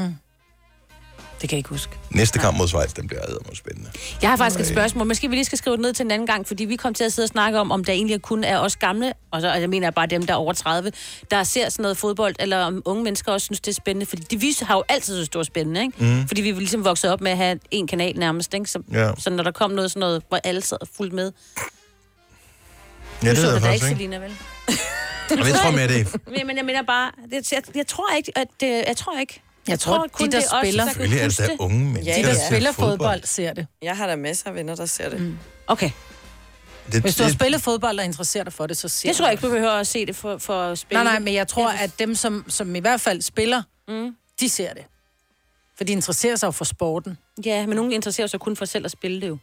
Det kan jeg ikke huske.
Næste kamp mod Schweiz, den bliver eddermås spændende.
Jeg har faktisk et
Nej.
spørgsmål. Måske vi lige skal skrive det ned til en anden gang, fordi vi kom til at sidde og snakke om, om der egentlig kun er os gamle, og så og jeg mener jeg bare dem, der er over 30, der ser sådan noget fodbold, eller om unge mennesker også synes, det er spændende. Fordi de, vi har jo altid synes, det var spændende, ikke?
Mm.
Fordi vi var ligesom vokset op med at have en kanal nærmest, ikke? Så,
Ja.
så når der kom noget sådan noget, hvor alle sad fuldt med.
Ja,
Du
det
så
ved jeg
da
faktisk
ikke,
ikke.
Selina, vel?
Jamen, jeg tror mere, det er-
Men jeg mener bare, jeg, jeg, jeg tror ikke, at det, jeg tror ikke.
Jeg tror, de, der
det er os,
spiller-
kan
Selvfølgelig er det da
huske
unge mennesker,
De, der
ser
spiller fodbold, ser det.
Jeg har da masser af venner, der ser det. Mm.
Okay.
Det,
Hvis du har spillet fodbold og interesserer dig for det, så ser
Jeg tror ikke, du behøver at se det for, for at spille.
Nej, nej, men jeg tror, at dem, som, som i hvert fald spiller,
Mm.
de ser det. For de interesserer sig jo for sporten.
Ja, men nogen interesserer sig kun for selv at spille det jo.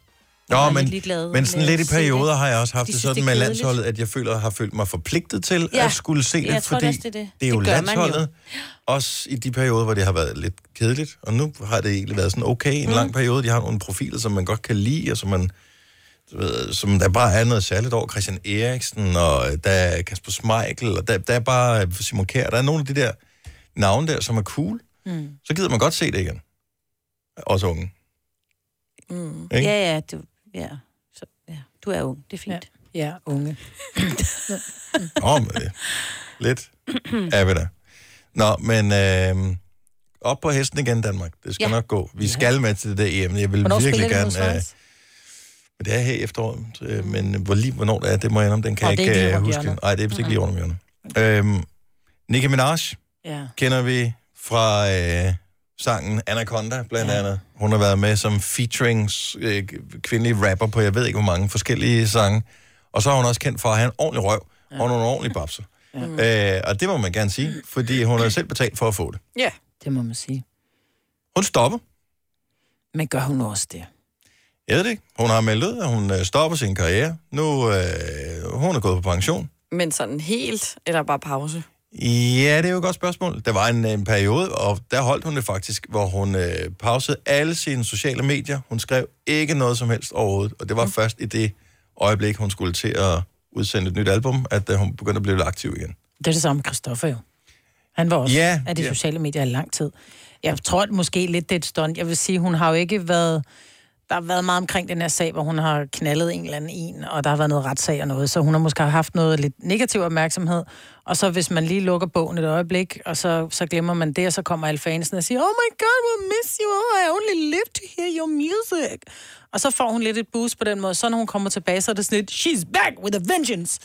Nå,
meget
men,
lidt ligeglade
men sådan
med
lidt i
at se det.
perioder har jeg også haft
De
det
synes, det
sådan
er
med
kedeligt.
landsholdet, at jeg føler, har følt mig forpligtet til
Ja.
at skulle se
Ja, jeg
det,
tror
fordi
også, det er det.
det er jo
Det gør man jo.
landsholdet. Også i de perioder, hvor det har været lidt kedeligt, og nu har det egentlig været sådan okay en
Mm.
lang periode. De har nogle profiler, som man godt kan lide, og som man du ved, som der bare er noget særligt over Christian Eriksen, og øh, der er Kasper Schmeichel, og der, der er bare øh, Simon Kjær. Der er nogle af de der navne der, som er cool.
Mm.
Så gider man godt se det igen. Også unge.
Mm.
Ikke?
Ja, ja, du, ja. Så, ja. du er ung, det er fint.
Ja, unge.
Nå, men det. Lidt er vi da. Nå, men øh, op på hesten igen, Danmark. Det skal
Ja.
ja. nok gå. Vi skal med til det der EM. Jeg vil
Hvornår
virkelig
spiller de mod
gerne... Øh,
Schweiz?
men det er her i efteråret, øh, men hvor lige, hvornår det er, det må jeg om. Den kan
Og
jeg
det er
ikke
ikke lige
øh,
rundt
huske.
hjørnet.
Nej, det er vist ikke lige rundt om hjørnet. Øhm, Nicki Minaj
Ja.
kender vi fra øh, sangen Anaconda, blandt ja. andet. Hun har været med som featuring øh, kvindelig rapper på, jeg ved ikke hvor mange forskellige sange. Og så er hun også kendt for at have en ordentlig røv ja. og nogle ordentlige babser.
Mm.
Ja. Øh, og det må man gerne sige, fordi hun har selv betalt for at få det.
Ja.
Det må man sige.
Hun stopper.
Men gør hun også det?
Jeg ved det ikke. Hun har meldt ud, at hun øh, stopper sin karriere. Nu øh, hun er gået på pension.
Men sådan helt, eller bare pause?
Ja, det er jo et godt spørgsmål. Der var en, en periode, og der holdt hun det faktisk, hvor hun øh, pausede alle sine sociale medier. Hun skrev ikke noget som helst overhovedet, og det var mm. først i det øjeblik, hun skulle til at udsende et nyt album, at øh, hun begyndte at blive lidt aktiv igen.
Det er det samme med Christoffer jo. Han var også
Ja,
yeah, af de
ja.
yeah. sociale medier i lang tid. Jeg tror at måske lidt, det er et stunt. Jeg vil sige, hun har jo ikke været... Der har været meget omkring den her sag, hvor hun har knaldet en eller anden en, og der har været noget retssag og noget, så hun har måske haft noget lidt negativ opmærksomhed. Og så hvis man lige lukker bogen et øjeblik, og så, så glemmer man det, og så kommer alle fansen og siger, Oh my god, we'll miss you, oh, I only live to hear your music. Og så får hun lidt et boost på den måde, så når hun kommer tilbage, så er det sådan lidt, She's back with a vengeance,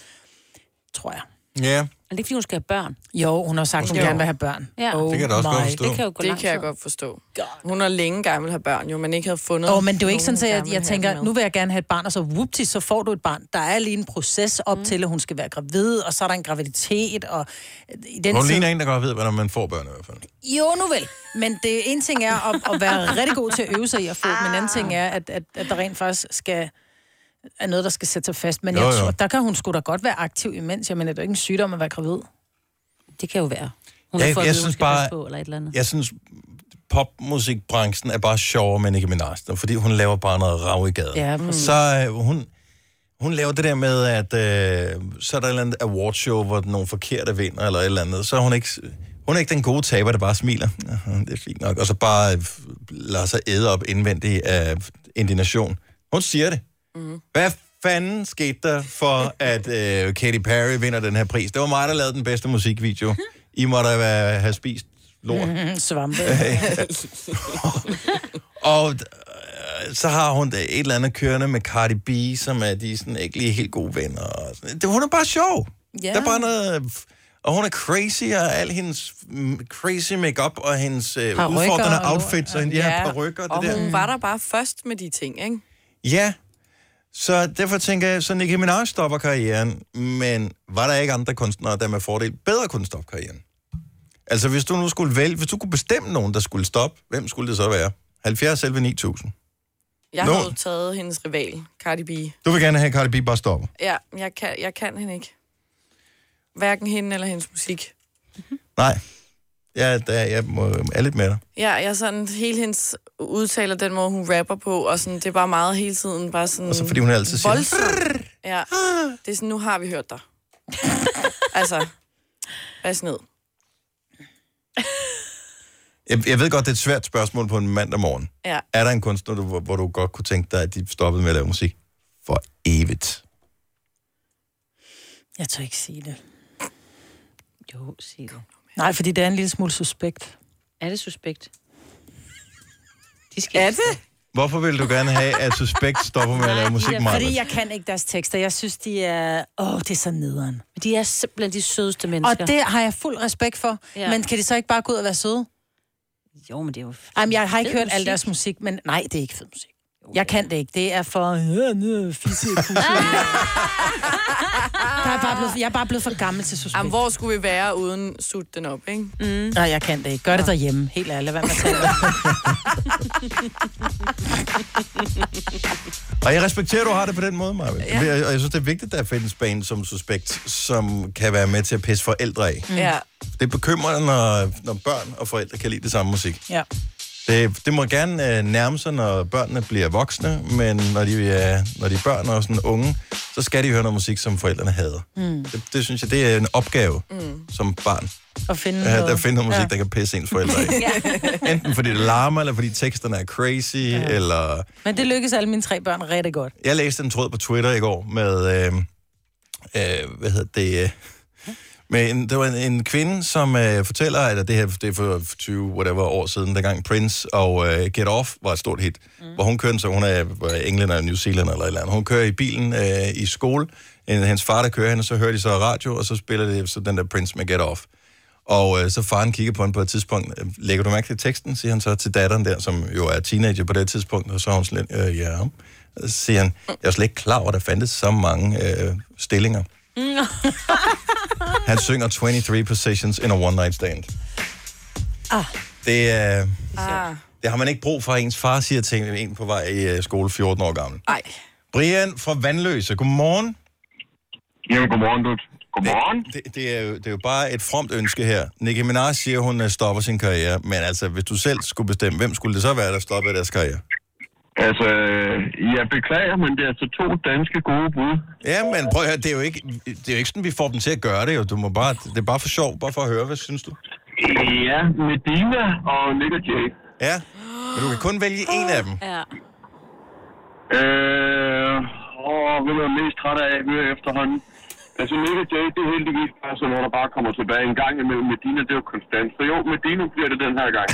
tror jeg.
Ja.
Men det er, fordi hun skal have børn.
Jo, hun har sagt, hun
Jo.
gerne vil have børn.
Ja.
Oh
Det kan jeg da
også
my.
godt forstå.
Det kan jo gå
det
lang
kan
tid.
jeg godt forstå. Hun har længe gerne vil have børn, jo, men ikke havde fundet...
Åh, oh, men det er jo ikke
nogen,
sådan, at
hun
jeg,
gerne
jeg
ville have
tænker,
med.
nu vil jeg gerne have et barn, og så whoopty, så får du et barn. Der er lige en proces op mm. til, at hun skal være gravid, og så er der en graviditet, og i den
hun
tid...
ligner en, der godt ved, hvordan man får børn i hvert fald.
Jo, nu vel. Men det en ting er at, at være rigtig god til at øve sig i at få, men en anden ting
Ah.
er, at, at, at der rent faktisk skal er noget, der skal sætte sig fast. Men
Jo,
jo, jeg
jo.
tror, der kan hun sgu da godt være aktiv imens. Jeg mener, det er jo ikke en sygdom at være gravid.
Det kan jo være.
Hun har Jeg- fået at jeg vide, hun synes skal bare- passe
På, eller et eller andet.
Jeg synes, popmusikbranchen er bare sjovere med Nicki Minaj, fordi hun laver bare noget rav i gaden.
Ja, præcis.
så øh, hun, hun laver det der med, at øh, så er der et eller andet awardshow, hvor nogle forkerte vinder, eller et eller andet. Så er hun ikke, hun er ikke den gode taber, der bare smiler. "Aha, Det er fint nok. Og så bare øh, lader sig æde op indvendigt af indignation. Hun siger det. Mm. Hvad fanden skete der for, at øh, Katy Perry vinder den her pris? Det var mig, der lavede den bedste musikvideo. I må da være, have
Mhm.
spist lort.
Svampe.
og øh, så har hun da et eller andet kørende med Cardi B, som er de er sådan ikke lige helt gode venner. Og sådan. Det, hun er bare sjov.
Ja.
Der er bare noget... Og hun er crazy, og al hendes mm, crazy makeup og hendes øh,
Parykker
udfordrende
og-
outfits og hendes ja, parykker og
og
det der.
hun var der bare først med de ting, ikke?
Ja, så derfor tænker jeg, så Nicki Minaj stopper karrieren, men var der ikke andre kunstnere, der med fordel bedre kunne stoppe karrieren? Altså, hvis du nu skulle vælge, hvis du kunne bestemme nogen, der skulle stoppe, hvem skulle det så være? 70 selv 9000.
Jeg
Nå.
har jo taget hendes rival, Cardi B.
Du vil gerne have, at Cardi B bare stopper.
Ja, jeg kan, jeg kan hende ikke. Hverken hende eller hendes musik.
Nej. Ja, der, jeg må, er lidt med dig.
Ja, jeg er sådan, hele hendes udtaler, den måde, hun rapper på, og sådan, det er bare meget hele tiden, bare sådan...
Og så fordi hun altid siger-
voldsomt. Ja, det er sådan, nu har vi hørt dig. altså, pas ned.
Jeg, jeg ved godt, det er et svært spørgsmål på en mandag morgen.
Ja.
Er der en kunstner, du, hvor, hvor du godt kunne tænke dig, at de stoppede med at lave musik? For evigt.
Jeg tør ikke sige det. Jo, sig det. Nej, fordi det er en lille smule suspekt.
Er det suspekt?
De skal er det?
Hvorfor vil du gerne have, at Suspekt stopper med at lave musik,
Fordi
Marvitt?
jeg kan ikke deres tekster. Jeg synes, de er... Åh, det er så nederen.
De er simpelthen de sødeste mennesker.
Og det har jeg fuld respekt for.
Ja.
Ja. Men kan de så ikke bare gå ud og være søde?
Jo, men det er jo...
Jamen, jeg har ikke
Fed
hørt al
musik.
deres musik, men nej, det er ikke fed musik. Jeg kan det ikke. Det er for... Ja, nu fisse i kusse. Der er bare blevet, jeg er bare blevet for gammel til suspekt.
Jamen, hvor skulle vi være uden sut den op, ikke? Mm.
Nej, jeg kan det ikke. Gør det derhjemme. Helt ærligt, hvad man taler om.
Og jeg respekterer, at du har det på den måde, Marvitt.
Ja.
Ja. Og jeg og jeg synes, det er vigtigt, at der findes band som Suspekt, som kan være med til at pisse forældre af.
Ja.
Mm.
Det er bekymrende, når, når børn og forældre kan lide det samme musik.
Ja.
Det, det må gerne øh, nærme sig, når børnene bliver voksne, men når de, er, når de er børn og sådan unge, så skal de høre noget musik, som forældrene hader.
Mm.
Det, det synes jeg, det er en opgave mm. som barn.
At finde
Ja, der
noget.
finder musik, ja.
Ja.
der kan pisse ens forældre af.
ja.
Enten fordi det larmer, eller fordi teksterne er crazy, ja. eller...
Men det lykkedes alle mine tre børn rigtig godt.
Jeg læste en tråd på Twitter i går med... Øh, øh, hvad hedder det... Øh, med en, det var en, en kvinde, som øh, fortæller, at det her det er for 20 whatever år siden, dengang Prince og øh, Get Off var et stort hit, mm. hvor hun kører, en- så hun er øh, englænder eller New Zealand eller et eller andet. Hun kører i bilen øh, i skole, en, hans far, der kører hende, og så hører de så radio, og så spiller det så den der Prince med Get Off. Og øh, så faren kigger på hende på et tidspunkt. øh, Lægger du mærke til teksten, siger han så til datteren der, som jo er teenager på det tidspunkt, og så er hun sådan lidt, øh, ja. Så siger han, jeg er slet ikke klar over, at der fandtes så mange øh, stillinger. Han synger 23 positions in a one night stand.
Ah.
Det, øh,
Ah.
det har man ikke brug for, at ens far siger ting, en en på vej i øh, skole 14 år gammel.
Nej.
Brian fra Vandløse, godmorgen. Jamen, godmorgen, du. Godmorgen. Det, det, det, er jo, det er jo bare et fromt ønske her. Nicki Minaj siger, hun øh, stopper sin karriere, men altså, hvis du selv skulle bestemme, hvem skulle det så være, der stoppede deres karriere?
Altså, jeg beklager, men det er altså to danske gode bud.
Ja, men prøv at høre, det er, jo ikke, det er jo ikke sådan, vi får dem til at gøre det. Jo. Du må bare, det er bare for sjov, bare for at høre, hvad synes du?
Ja, Medina og Nick og Jay.
Ja, men du kan kun vælge en af dem.
Ja.
Øh, og hvem er jeg mest træt af nu efterhånden? Altså, Nick og Jay, det er heldigvis bare sådan, når der bare kommer tilbage en gang imellem. Medina, det er jo konstant. Så jo, Medina bliver det den her gang.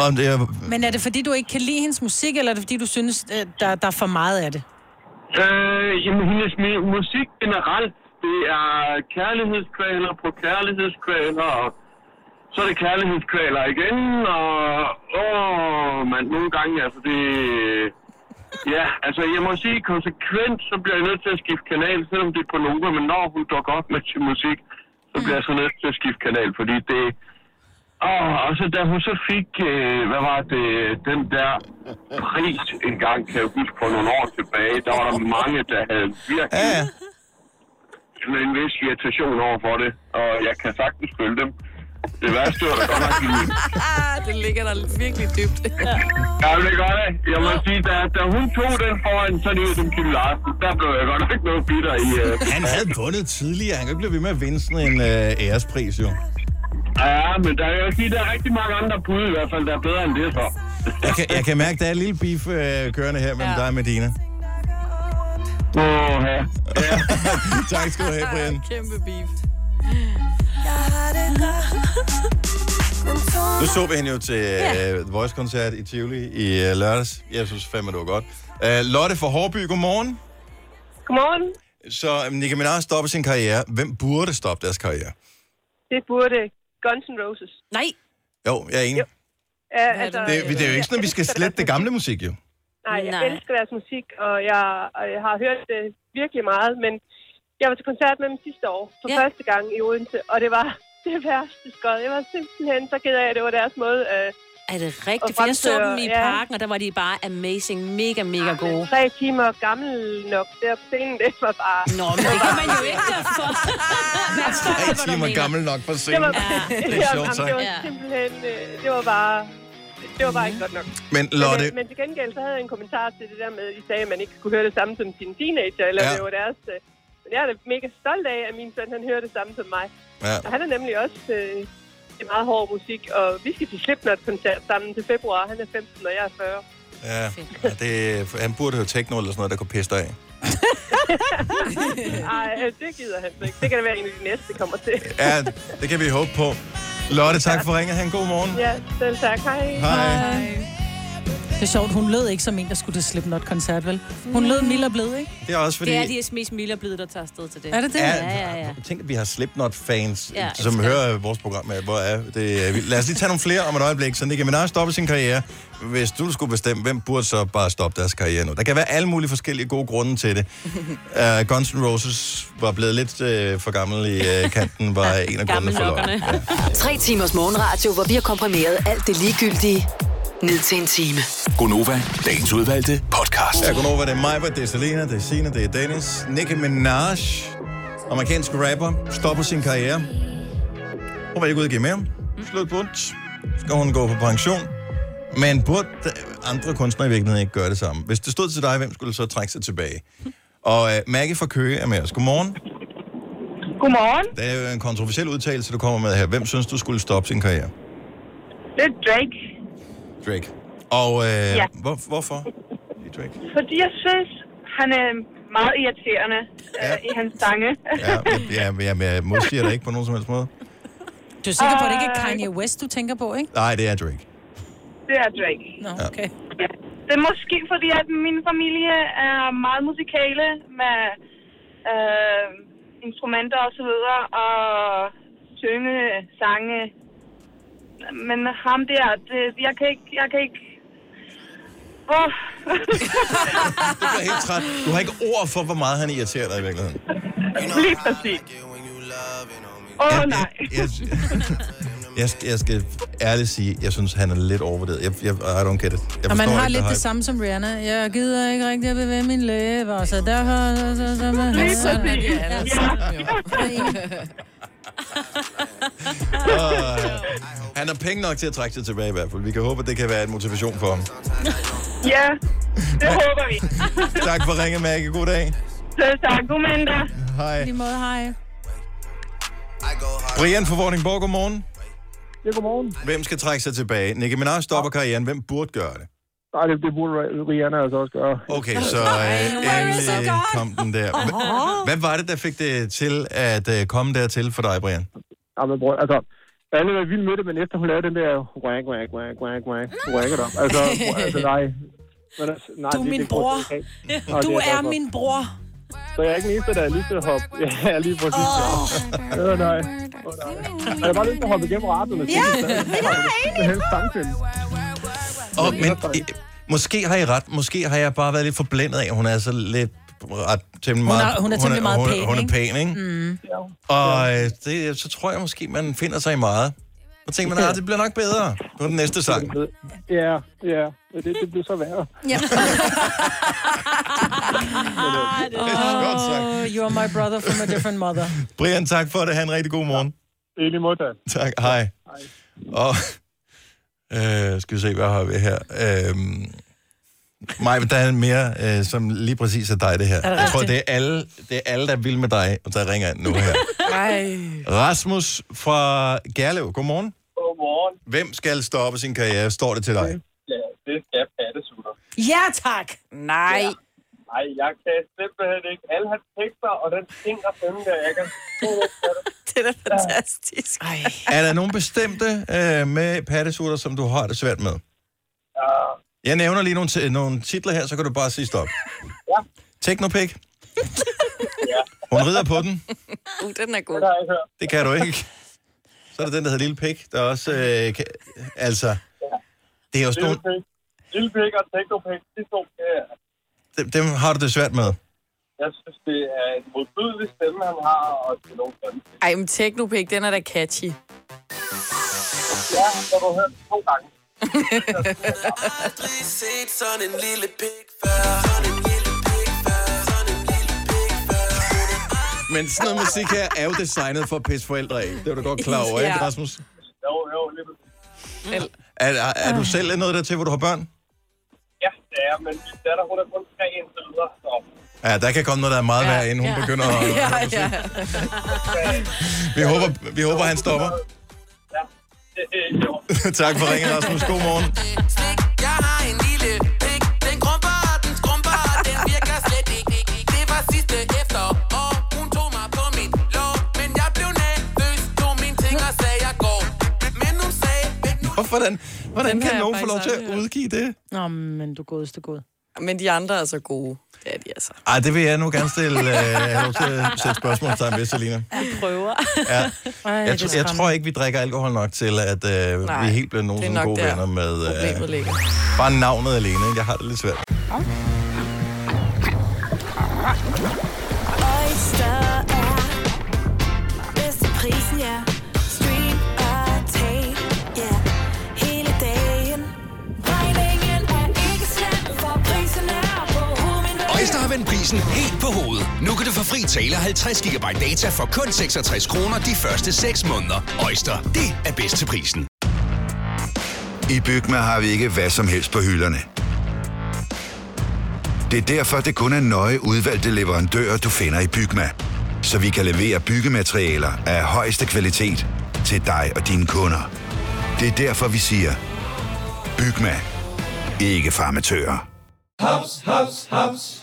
Og øh, det er,
Men er det fordi, du ikke kan lide hendes musik, eller er det fordi, du synes, øh, der, der er for meget af det?
Øh, jamen, hendes mi- musik generelt, det er kærlighedskvaler på kærlighedskvaler, og så er det kærlighedskvaler igen, og åh, man, nogle gange, altså det... Ja, altså jeg må sige, konsekvent, så bliver jeg nødt til at skifte kanal, selvom det er på Nova, men når hun dukker op med sin musik, så bliver jeg så nødt til at skifte kanal, fordi det... Åh, og så da hun så fik, øh, hvad var det, den der pris engang, kan jeg huske, på nogle år tilbage, der var der mange, der havde virkelig ja. en vis irritation over for det, og jeg kan sagtens følge dem. Det værste var da godt nok i min
Ah, det ligger der virkelig dybt. Ja.
Ja, det gør det. Jeg må sige, da, da hun tog den foran, så ned som Kim Larsen, der blev jeg godt nok noget bitter i... Uh...
Han havde vundet tidligere. Han kan ikke blive ved med at vinde sådan en øh, ærespris, jo.
Ja, men der, jeg vil sige, der er rigtig mange andre bud i hvert fald, der er bedre end det så.
Jeg kan, jeg kan mærke, der er en lille beef øh, kørende her mellem ja. dig og Medina.
Åh, ja.
Ah,
tak skal du have, Brian.
Kæmpe beef.
Nu så vi hende jo til øh, The Voice-koncert i Tivoli i øh, lørdags. Jeg synes fandme, det var godt. Øh, Lotte fra Hårby, godmorgen.
Godmorgen.
Så øh, Nicki Minaj stopper sin karriere. Hvem burde stoppe deres karriere?
Det burde Guns N' Roses.
Nej.
Jo, jeg er enig.
Ja,
Altså, det, det, det er jo ikke sådan, at vi skal slette det gamle musik, jo.
Nej, jeg
Nej.
elsker deres musik, og jeg, og jeg har hørt det virkelig meget, men jeg var til koncert med dem sidste år, for ja. første gang i Odense, og det var det værste skod. Jeg var simpelthen så ked af, at det var deres måde. Øh,
Er det rigtigt?
Og
For jeg så
fremfører,
dem i
ja.
parken, og der var de bare amazing, mega, mega gode.
tre timer gammel nok der på scenen, det var bare...
Nå, men det kan man jo ikke for. Man
Tre timer gammel nok for
Det
sent.
var,
Det er sjovt,
jamen, det var
tak.
simpelthen, øh, det var bare, det var bare ikke godt nok.
Men Lotte,
Men, øh, men til gengæld, så havde jeg en kommentar til det der med, at I sagde, at man ikke skulle høre det samme som sine teenager, eller
Ja.
ja. det var deres... Øh, men jeg er da mega stolt af, at min søn, han hører det samme som mig.
Ja.
Og han er nemlig også øh, det er meget hård musik, og vi skal til Slipknot-koncert sammen til februar. Han er 15, og jeg er 40.
ja, ja, det, han burde høre techno eller sådan noget, der kunne pisse dig af.
Ej, øh, det gider han så ikke. Det kan da være en af de næste, kommer til.
Ja, det kan vi håbe på. Lotte, tak for ringet. Han god morgen.
Ja, selv tak. Hej.
Hej.
Det er sjovt, hun lød ikke som en, der skulle til Slipknot-koncert, vel? Hun lød mild og blød, ikke?
Det er også fordi...
Det er de mest milde og blide, der tager afsted til det.
Er det det?
Ja, ja, ja.
Tænk, at vi har Slipknot-fans,
Ja, altså-
ja, som
elsker.
hører vores program. Med. Hvor er det? vildt. Lad os lige tage nogle flere om et øjeblik, så Nicki Minaj stopper sin karriere. Hvis du skulle bestemme, hvem burde så bare stoppe deres karriere nu? Der kan være alle mulige forskellige gode grunde til det. Uh, Guns N' Roses var blevet lidt uh, for gammel i uh, kanten, var en af grundene for løgn.
Tre timers morgenradio, hvor vi har komprimeret alt det ligegyldige ned til en time.
Gonova, dagens udvalgte podcast.
Ja, godnova, det er Majbert, det er Selena, det er Sina, det er Dennis. Nicki Minaj, amerikansk rapper, stopper sin karriere. Hun var ikke ude at give mere. Slut bundt. Skal hun gå på pension? Men burde andre kunstnere i virkeligheden ikke gøre det samme? Hvis det stod til dig, hvem skulle så trække sig tilbage? Og uh, Maggie fra Køge er med os. Godmorgen.
Godmorgen.
Det er jo en kontroversiel udtalelse, du kommer med her. Hvem synes, du skulle stoppe sin karriere?
Det er Drake.
Drake. Og uh,
Ja.
ja. hvor, hvorfor? Drake.
Fordi jeg synes, han er meget irriterende ja. i hans sange.
Ja, ja, ja, men jeg modsiger dig ikke på nogen som helst måde.
Du er sikker på, at det ikke er Kanye West, du tænker på, ikke?
Nej, det er Drake.
Det er Drake.
Nå, okay.
Ja. Det er måske fordi, at min familie er meget musikale med øh, instrumenter og så videre, og synge sange. Men ham der, det, jeg kan ikke... Jeg kan ikke Åh.
Du er helt træt. Du har ikke ord for, hvor meget han irriterer dig i virkeligheden.
Lige præcis. Åh, oh, nej.
Jeg, jeg, skal, jeg skal ærligt sige, jeg synes, han er lidt overvurderet. Jeg, jeg, I don't get it. Jeg
og man
forstår
har
ikke,
lidt
der
det samme som Rihanna. Jeg gider ikke rigtig at bevæge min læber, så derfor... Så, så, så, så,
Lige
så,
præcis.
Åh, Han har penge nok til at trække sig tilbage i hvert fald. Vi kan håbe, at det kan være en motivation for ham.
Ja, det håber vi.
Tak for ringet, Maggie. God dag.
Selv tak. God mandag.
Hej.
Lige måde, hej.
Brian fra Vordingborg, godmorgen.
Ja, godmorgen.
Hvem skal trække sig tilbage? Nicki Minaj stopper karrieren. Hvem burde gøre det?
Nej, det, det burde Rihanna altså også gøre.
Okay, så øh, endelig kom den der. Hva- Hvad var det, der fik det til at øh, komme dertil for dig, Brian?
Ja, men bror, altså, alle var vilde med det, men efter hun lavede den der wank, wank, wank, wank, wank, wank it up. Altså, bror, altså nej. Men, altså, nej
Du er
det-
min
det
bror.
det ikke af. Nej,
Du
det jeg
er
glad for.
min bror.
Så jeg er ikke den eneste, der er lige til at hoppe. Ja, lige præcis. Oh. Ja, nej. Oh, nej. Og Jeg var lige til at hoppe igennem radioen.
Ja,
jeg er enig. Det er sangfilm.
Og, men, øh, måske har I ret. Måske har jeg bare været lidt forblændet af, at hun er så lidt ret temmelig
Hun er-
meget...
hun er temmelig meget
hun,
pæn,
Hun er
ikke?
pæn, ikke?
Mm.
Og øh, det, så tror jeg måske, man finder sig i meget. Og tænker man, ah, det bliver nok bedre på den næste sang.
Ja, ja. Men Det, det blev så værre.
Ja.
Det er godt sagt.
Oh, you are my brother from a different mother.
Brian, tak for det. Ha' en rigtig god morgen.
Ja, I lige modtaget.
Tak, hej. Og øh, skal vi se, hvad har vi her? Øh, Maja, der er en mere, øh, som lige præcis er dig, det her.
det
Jeg tror, det
rigtigt?
er alle, det er alle der er vilde med dig, og der ringer ind nu her.
Ej.
Rasmus fra Gerlev, godmorgen.
Godmorgen.
Hvem skal stoppe sin karriere? Står det til dig?
Ja, det skal pattesutter.
Ja, tak. Nej.
Nej, jeg kan simpelthen ikke. Alle hans tekster og den ting og fem der, jeg kan...
det er da fantastisk.
Ej.
Er der nogen bestemte øh, med pattesutter, som du har det svært med? Jeg nævner lige nogle, ti- nogle titler her, så kan du bare sige stop.
Ja.
Teknopik. Hun rider på den.
Uh, den er god.
Det kan du ikke. Så er der den, der hedder Lille Pik, der også... Øh, kan, altså, det er jo sådan nogle...
Lille pik og teknopik, de to, øh,
Dem, dem har du det svært med.
jeg synes, det er en modbydelig stemme, han har, og det er nogle grimme.
Ej, men Teknopik, den er da catchy.
Ja, så har du hørt to gange.
aldrig set sådan en lille pik før. Sådan en lille pik før. Sådan en lille pik før.
Men sådan noget musik her er jo designet for at pisse forældre af. Det er du godt klar over, ikke,
Ja.
Rasmus?
Jo, jo, lige præcis.
Er, er, er du selv noget der til, hvor du har børn?
Ja, det er, men min datter, hun er kun tre indtil videre, så...
Ja, der kan komme noget, der er meget værre, inden hun begynder at...
ja, ja.
Vi håber, vi håber han stopper. tak for ringen, Rasmus. God morgen.
Slik, jeg har en lille pik. Den krumper, og den skrumper, og den virker slet ikke. Det var sidste efterår. Hun tog mig på min lår, men jeg blev nervøs. Tog mine ting og sagde, jeg går. Men hun sagde,
Hvordan, hvordan
Den har
kan
jeg
nogen få
faktisk
lov til at udgive det?
Nå, men du godeste god.
Men de andre er så gode. Det er de altså.
Ej, det vil jeg nu gerne stille, øh, have lov til at sætte spørgsmålstegn ved, Selina.
Vi prøver.
Ja.
Ej,
Jeg, tr- jeg tror ikke, vi drikker alkohol nok til, at øh,
Nej,
vi helt bliver nogen
det er
sådan
nok
gode
der,
venner med... øh,
problemet ligger.
bare navnet alene. Jeg har det lidt svært.
Oyster er bedst til prisen, ja. Stream og tag, ja. Hele dagen. Regningen er ikke slem, for prisen er på hovedet.
Øjster har vendt prisen helt på hovedet. Nu kan du få fri tale 50 GB data for kun 66 kroner de første 6 måneder. Øjster, det er bedst til prisen.
I Bygma har vi ikke hvad som helst på hylderne. Det er derfor, det kun er nøje udvalgte leverandører, du finder i Bygma. Så vi kan levere byggematerialer af højeste kvalitet til dig og dine kunder. Det er derfor, vi siger, Bygma. Ikke farmatører.
Haps, haps, haps.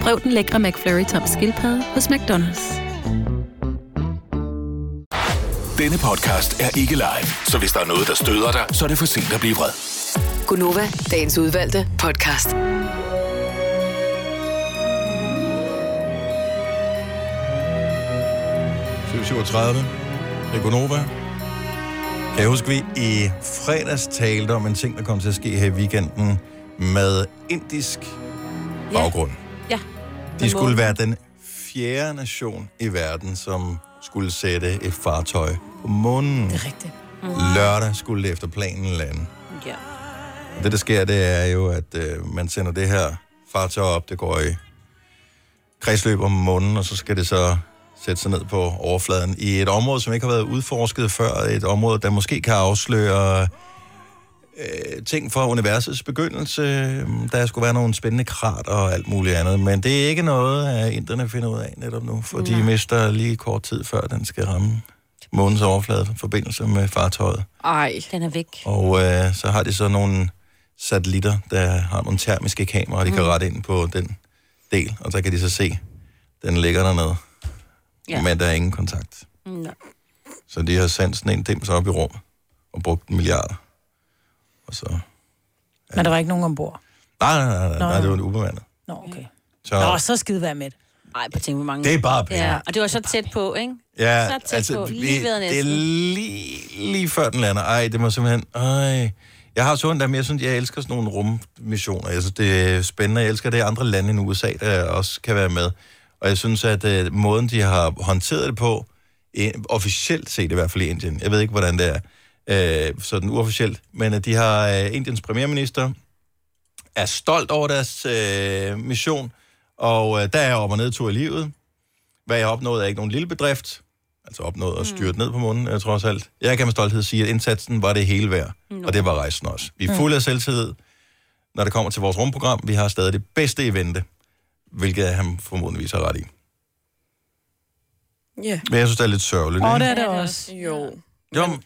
Prøv den lækre McFlurry tom skildpadde hos McDonald's.
Denne podcast er ikke live, så hvis der er noget, der støder dig, så er det for sent at blive vred.
Gunova, dagens udvalgte podcast.
Det er 37. Det er Gonova. Kan jeg huske, vi i fredags talte om en ting, der kom til at ske her i weekenden med indisk baggrund.
Ja.
De skulle være den fjerde nation i verden, som skulle sætte et fartøj på månen. Det er
rigtigt.
Lørdag skulle det efter planen lande.
Ja.
Og Det, der sker, det er jo, at øh, man sender det her fartøj op, det går i kredsløb om månen, og så skal det så sætte sig ned på overfladen i et område, som ikke har været udforsket før, et område, der måske kan afsløre øh, ting fra universets begyndelse. øh, Der skulle være nogle spændende krat og alt muligt andet, men det er ikke noget, at inderne finder ud af netop nu, for Nej. de mister lige kort tid før, den skal ramme månens overflade i forbindelse med fartøjet.
Ej.
Den er væk.
Og øh, så har de så nogle satellitter, der har nogle termiske kameraer, de mm. kan rette ind på den del, og så kan de så se, den ligger dernede, ja.
Ja.
men der er ingen kontakt.
Mm-hmm.
Nå.
Så de har sendt sådan en dims op i rummet og brugt en milliard. Og så...
Men der var ikke nogen ombord.
Nej, nej, nej, nej,
Nå.
nej det var en ubemandet.
Nå, okay.
Så,
Nå, så skide være med det.
Ej, på tænk, hvor mange...
Det er bare penge.
Ja, og det var så tæt på, ikke?
ja,
så tæt
altså,
på. Lige
lige,
ved
det er
næsten.
lige, lige før den lander. Ej, det må simpelthen... Ej. Jeg har sådan der, men jeg synes, jeg elsker sådan nogle rummissioner. Jeg synes, det er spændende. Jeg elsker, at det er andre lande end USA, der også kan være med. Og jeg synes, at øh, måden, de har håndteret det på, øh, officielt set i hvert fald i Indien, jeg ved ikke, hvordan det er, øh, sådan uofficielt, men at de har øh, Indiens premierminister, er stolt over deres øh, mission, og øh, der er op- og nedtur i livet. Hvad jeg har opnået er ikke nogen lille bedrift. altså opnået at styrte ned på månen, øh, trods alt. Jeg kan med stolthed sige, at indsatsen var det hele værd,
Nå.
og det var rejsen også. Vi
Mm.
er fulde af selvtillid, når det kommer til vores rumprogram. Vi har stadig det bedste i vente, hvilket han formodentligvis har ret i.
Ja.
Men jeg synes, det er lidt sørgeligt.
Og
ikke?
det er det også.
Jo.
Jo, men,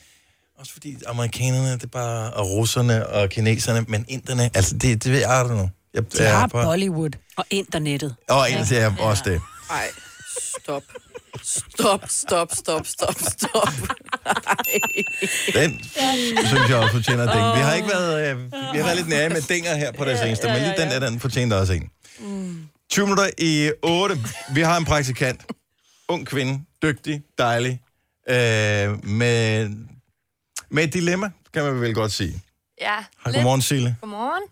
også fordi amerikanerne, det er bare, og russerne og kineserne, men inderne, altså det, det ved jeg aldrig nu. Jeg,
De har
på-
Bollywood.
Og internettet.
Og indtil jeg også det.
Ej, stop. Stop, stop, stop, stop, stop.
Den synes jeg også fortjener at dænge. Vi har ikke været, øh, vi har været lidt nære med dænger her på det seneste, men lige den der, den fortjener også en.
Mm.
20 minutter i 8. Vi har en praktikant. Ung kvinde. Dygtig. Dejlig. Øh, med, med et dilemma, kan man vel godt sige.
Ja.
Hej,
lidt.
godmorgen, Sille.
Godmorgen.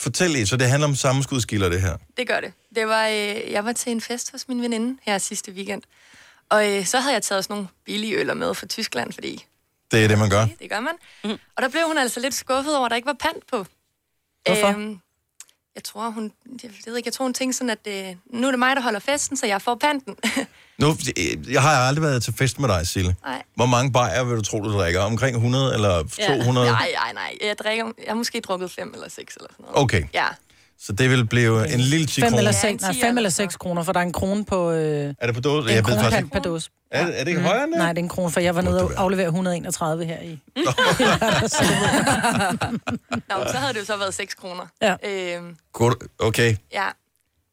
Fortæl lidt, så det handler om sammenskudskilder, det her.
Det gør det. det var, øh, jeg var til en fest hos min veninde her sidste weekend. Og øh, så havde jeg taget sådan nogle billige øller med fra Tyskland, fordi
Det er det, man gør.
det gør man. Mm. Og der blev hun altså lidt skuffet over, at der ikke var pant på.
Hvorfor?
Øhm, jeg tror, hun, jeg ved ikke, jeg tror, hun tænkte sådan, at øh, nu er det mig, der holder festen, så jeg får panten.
Nu, øh, jeg har aldrig været til fest med dig, Sille.
Nej.
Hvor mange bajer vil du tro, du drikker? Omkring 100 eller 200?
Ja. Nej, nej, nej. Jeg, drikker, jeg har måske drukket fem eller seks eller sådan noget.
Okay.
Ja.
Så det vil blive en lille 10
5
kroner.
eller, 6, nej, 5 eller 6 kroner, for der er en krone på... Øh,
Er det på dåse?
en
Jeg ved
krone
faktisk
per,
ikke.
per dåse. Mhm.
Er, er det ikke højere end det?
Nej, det er en krone, for jeg var nede og aflevere 131 her i.
Nå, men så havde det jo så været 6 kroner.
Ja.
Øhm,
Kunne du- Okay.
ja.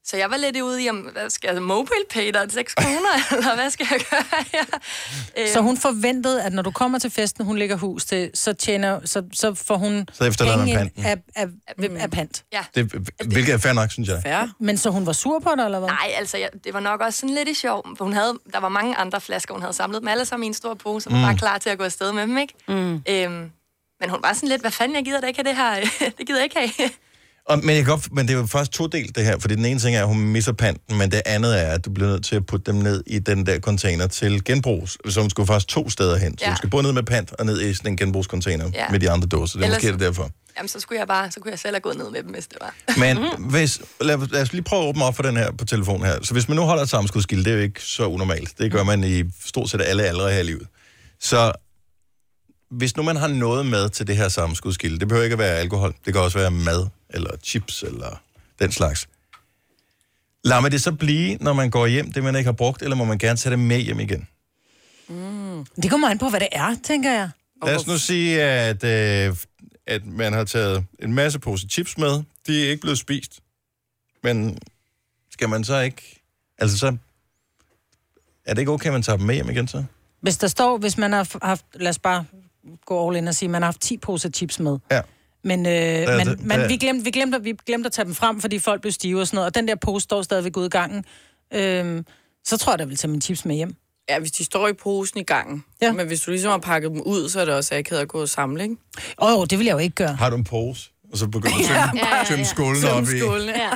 Så jeg var lidt ude i, om, hvad skal jeg, altså, mobile pay, der er 6 kroner, eller hvad skal jeg gøre her? Øhm,
Så hun forventede, at når du kommer til festen, hun lægger hus til, så, tjener, så, så får hun
Så efterlader man
penge ind
panten.
af, af, af, af pant.
Ja.
Det, hvilket er fair nok, synes jeg.
Færre. Men så hun var sur på dig, eller hvad?
Nej, altså, jeg, det var nok også sådan lidt i sjov. For hun havde, der var mange andre flasker, hun havde samlet dem alle sammen i en stor pose, og var
Mm.
bare klar til at gå afsted med dem, ikke? Mm. Øhm, men hun var sådan lidt, hvad fanden, jeg gider da ikke have det her. det gider jeg ikke have.
Og, men, jeg kan godt, men det er jo faktisk to del det her, fordi den ene ting er, at hun misser panten, men det andet er, at du bliver nødt til at putte dem ned i den der container til genbrug, så hun skulle faktisk to steder hen. Så
Ja.
hun skal både ned med pant og ned i sådan en genbrugscontainer
Ja.
med de andre dåser. Det er
Ellers-
måske det derfor.
Jamen, så skulle jeg bare, så kunne jeg selv have gået ned med dem, hvis det var.
Men hvis, lad, lad os lige prøve at åbne op for den her på telefon her. Så hvis man nu holder et sammenskudskilde, det er jo ikke så unormalt. Det gør man i stort set alle aldre her i livet. Så hvis nu man har noget med til det her sammenskudskilde, det behøver ikke at være alkohol, det kan også være mad, eller chips, eller den slags. Lad mig det så blive, når man går hjem, det man ikke har brugt, eller må man gerne tage det med hjem igen?
Det kommer an på, hvad det er, tænker jeg.
Lad os nu sige, at, øh, at man har taget en masse pose chips med. De er ikke blevet spist. Men skal man så ikke... Altså så... Er det ikke okay, at man tager dem med hjem igen så?
Hvis der står, hvis man har f- haft, lad os bare gå all in og sige, man har haft 10 poser chips med.
Ja.
Men, øh,
er
man,
det- der er-
man, vi, glemte, vi, glemte, vi glemte at tage dem frem, fordi folk blev stive og sådan noget, og den der pose står stadigvæk ude i gangen. Øh, så tror jeg, der vil tage mine chips med hjem.
Ja, hvis de står i posen i gangen. Ja. Men hvis du ligesom har pakket dem ud, så er det også akavet at gå og samle, ikke?
Åh, oh, det vil jeg jo ikke gøre.
Har du en pose? Og så begynder du
Ja,
at tømme,
ja, ja.
tømme skålen op i.
Ja.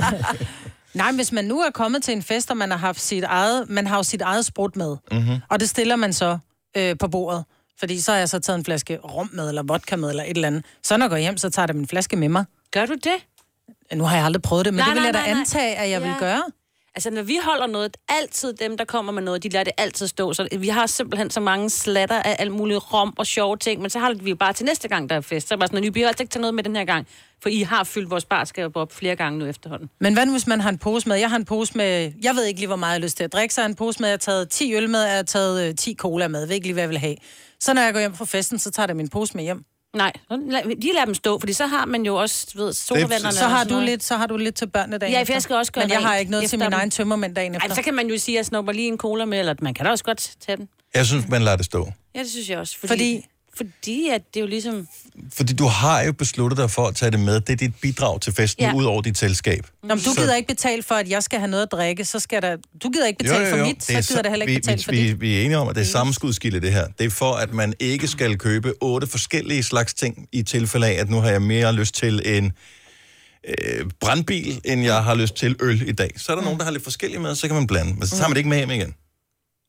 Nej, men hvis man nu er kommet til en fest, og man har haft sit eget, man har jo sit eget sprut med,
Mhm.
og det stiller man så øh, på bordet, fordi så har jeg så taget en flaske rom med, eller vodka med, eller et eller andet. Så når jeg går hjem, så tager jeg da min flaske med mig.
Gør du det?
Nu har jeg aldrig prøvet det, men nej, det vil jeg da
nej.
antage, at jeg ja. vil gøre.
Altså, når vi holder noget, altid dem, der kommer med noget, de lader det altid stå. Så vi har simpelthen så mange slatter af alt muligt rom og sjove ting, men så har vi jo bare til næste gang, der er fest. Så er det bare sådan, at I behøver altså ikke tage noget med den her gang, for I har fyldt vores barskab op flere gange nu efterhånden.
Men hvad nu, hvis man har en pose med? Jeg har en pose med, jeg ved ikke lige, hvor meget jeg har lyst til at drikke, så jeg har en pose med, jeg har taget 10 øl med, jeg har taget øh, 10 cola med, jeg ved ikke lige, hvad jeg vil have. Så når jeg går hjem fra festen, så tager jeg da min pose med hjem.
Nej, de lader dem stå, fordi så har man jo også, du ved, sodavanderne.
så har du lidt, så har du lidt til børnene dagen
Ja, for
efter.
jeg skal også gøre
Men jeg har
rent
ikke noget til
efter
min
dem.
egen tømmermænd dagen efter.
Ej, så kan man jo sige, at jeg snupper lige en cola med, eller man kan da også godt tage den.
Jeg synes, man lader det stå.
Ja, det synes jeg også.
Fordi-
Fordi, fordi at det er jo ligesom...
Fordi du har jo besluttet dig for at tage det med. Det er dit bidrag til festen, ja.
Ja.
ud over dit selskab.
Nå, men du
Så-
gider ikke betale for, at jeg skal have noget at drikke, så skal der... Du gider ikke betale for mit, så
er
gider der heller ikke
vi,
betale
vi,
for
vi,
dit.
Vi er enige om, at det er sammenskudskilde, det her. Det er for, at man ikke skal købe otte forskellige slags ting i tilfælde af, at nu har jeg mere lyst til en øh, brandbil, end jeg har lyst til øl i dag. Så er der nogen, der har lidt forskellige med, så kan man blande. Men så tager man det ikke med hjem igen.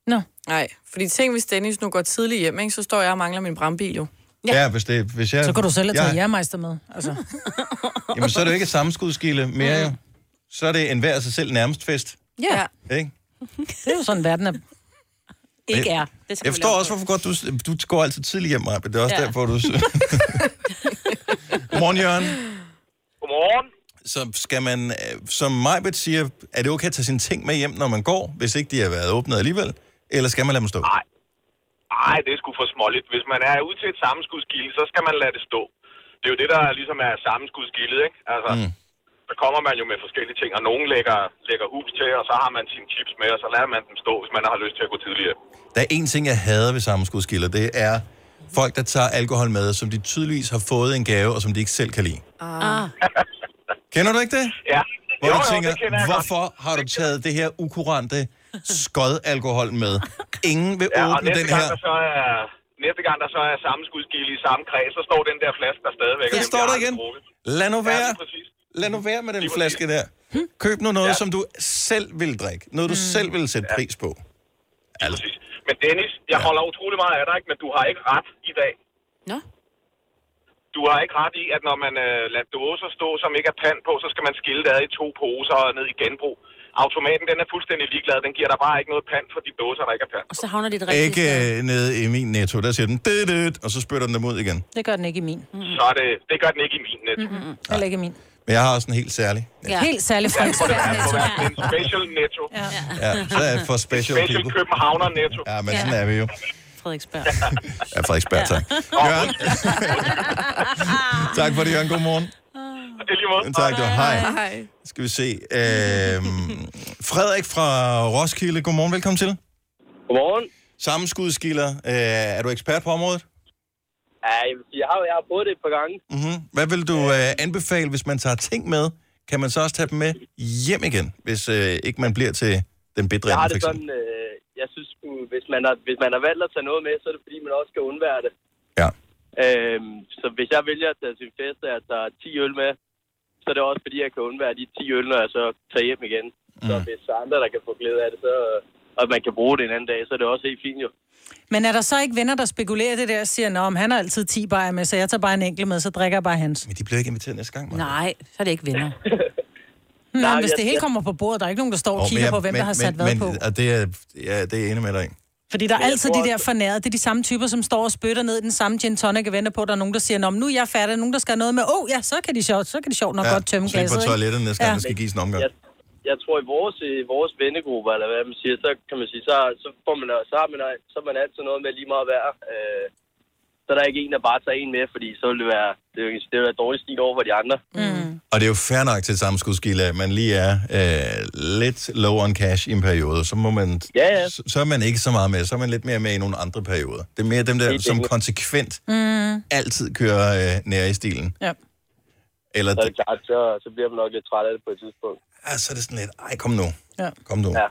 Nå.
Nej, fordi tænk, hvis Dennis nu går tidligt hjem, ikke, så står jeg og mangler min brandbil jo.
Ja, ja hvis, det, hvis jeg...
Så kan du selv have taget
jeg-
jærmeister med. Altså.
Jamen, så er det jo ikke et sammenskudskilde mere,
Mm.
jo. Så er det en hver sig selv nærmest fest,
Ja,
ikke?
det er jo sådan, verden er.
ikke er. Det
Jeg forstår også, hvorfor godt du, du går altid tidligt hjem, Maja, men det er også ja.
Ja.
derfor, du... Godmorgen, Jørgen.
Godmorgen.
Så skal man, øh, som Majbet siger, er det okay at tage sine ting med hjem, når man går, hvis ikke de har været åbnet alligevel? Eller skal man lade dem stå? Nej.
Nej, det er sgu for småligt. Hvis man er ude til et sammenskudskilde, så skal man lade det stå. Det er jo det, der ligesom er sammenskudskildet, ikke? Altså, mm. så kommer man jo med forskellige ting, og nogen lægger, lægger hus til, og så har man sine chips med, og så lader man dem stå, hvis man har lyst til at gå tidligere.
Der er én ting, jeg hader ved sammenskudskilder, det er folk, der tager alkohol med, som de tydeligvis har fået en gave, og som de ikke selv kan lide.
Ah.
Kender du ikke det?
Ja.
Hvor
Jo,
du
jo,
tænker,
det kender jeg godt.
hvorfor har du taget det her ukurante skod alkohol med? Ingen vil
Ja, og
åbne
næste
den
gang,
her.
der så er, næste gang, der så er sammenskudskilde i samme kreds, så står den der flaske der stadigvæk.
Der
og den
står
bliver aldrig
der igen.
drukket.
Lad nu
Ja,
være.
lige præcis.
Lad nu være med den flaske der. Køb nu noget, som du selv vil drikke. Noget, du selv vil sætte pris på. Altså,
Men Dennis, jeg holder utrolig meget af dig, ikke? men du har ikke ret i dag.
Nå.
Du har ikke ret i, at når man øh, lader dåser stå, som ikke er pand på, så skal man skille det ad i to poser og ned i genbrug. Automaten, den er fuldstændig ligeglad. Den giver dig bare ikke noget pand for de dåser, der ikke er pand.
Og så havner det i det rigtige
ikke øh, nede i min netto. Der siger den, det, det, og så spytter den dem ud igen.
Det gør den ikke i min. Mm.
Så er det, det gør den ikke i min net.
Mm-mm. Heller ikke i min.
Men jeg har også en helt særlig.
Ja. Helt særlig
Ja, det må det
fransk.
være. Det må være en special netto. Ja.
Ja, så er jeg for special
Special
people.
Københavner netto.
Ja, men sådan er vi jo.
Frederiksberg.
Ja, Frederiksberg, tak. Jørgen. tak for det, Jørgen. Godmorgen.
Det er lige måde.
Tak, du. Hej.
Hej.
Skal vi se. Øhm, Frederik fra Roskilde. Godmorgen, velkommen til.
Godmorgen.
Sammenskudskilder. Øh, er du ekspert på området?
Ja, jeg vil sige, jeg har, jeg har prøvet det et par gange.
Mm-hmm. Hvad vil du øh, anbefale, hvis man tager ting med? Kan man så også tage dem med hjem igen, hvis øh, ikke man bliver til den bedre
Jeg har
ende, for
det
eksempel?
sådan, øh, jeg synes, sgu, hvis man, har, hvis man har valgt at tage noget med, så er det fordi, man også skal undvære det. Ja. Øhm, så hvis jeg vælger at tage til en fest, og jeg tager 10 øl med, så er det også fordi, jeg kan undvære de 10 øl, når jeg så tager hjem igen. Mm. Så hvis der er andre, der kan få glæde af det, så, og man kan bruge det en anden dag, så er det også helt fint jo.
Men er der så ikke venner, der spekulerer i det der og siger, at han har altid 10 bajer med, så jeg tager bare en enkelt med, så drikker jeg bare hans?
Men de bliver ikke inviteret næste gang,
Nej, så er det ikke venner.
Nej,
Nej,
men hvis
jeg-
det hele
jeg-
kommer på bordet, der er ikke nogen, der står og
Åh, men
kigger
jeg-
på, hvem der har sat hvad
men,
på.
Og det er, ja, det er jeg enig med dig i.
Fordi der er
Men jeg
altid
tror
de der
også-
fornærede, det er de samme typer, som står og spytter ned i den samme gin tonic og venter på, at der er nogen, der siger, "Nå, men nu er jeg færdig, nogen, der skal have noget med, åh oh, ja, så kan de sjovt, så kan de sjovt nok
Ja,
godt tømme
så ikke
glasset.
på toilettet næste gang,
Ja.
ja. der skal gives en omgang.
jeg tror i vores, i vores vennegrupper, eller hvad man siger, så kan man sige, så, så, får man, så, har man, så er man altid noget med lige meget værd. Øh, så er der ikke en, der bare tager en med, fordi så vil det være, det vil, det vil være dårlig stil over for de andre.
Og det er jo fair nok til sammenskudskilde, at man lige er øh, lidt low on cash i en periode. Så, må man,
ja, ja.
Så, så er man ikke så meget med. Så er man lidt mere med i nogle andre perioder. Det er mere dem der,
Helt
som
enig.
konsekvent
Mm.
altid kører øh, nær i stilen.
Ja.
Eller
Så er det klart, så, så bliver man nok lidt træt af det på et tidspunkt.
Ja, så er det sådan lidt, ej, kom nu.
Ja.
Kom nu.
Ja.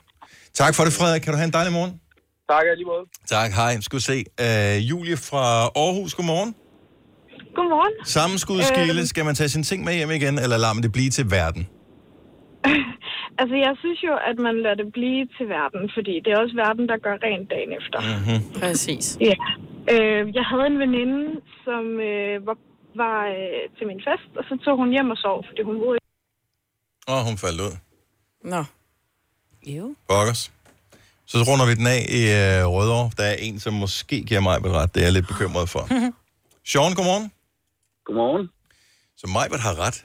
Tak for det, Frederik. Kan du have en dejlig morgen?
Tak og i lige måde.
Tak, hej. Skal vi se. Øh, Julie fra Aarhus, godmorgen.
Godmorgen.
Sammenskudskilde,
Øh.
Øhm.
skal man tage sine ting med hjem igen, eller lader man det blive til verden?
Altså, jeg synes jo, at man lader det blive til verden, fordi det er også verden, der gør rent dagen efter.
Mm-hmm.
Præcis.
Ja. Øh, jeg havde en veninde, som øh, var, var øh, til min fest, og så tog hun hjem og sov, fordi hun boede
Åh, hun faldt ud.
Nå.
Jo.
Bokkers. Så runder vi den af i øh, Rødovre. Der er en, som måske giver mig ret. Det er jeg lidt bekymret for. Sean, godmorgen.
Godmorgen.
Så Majbert har ret.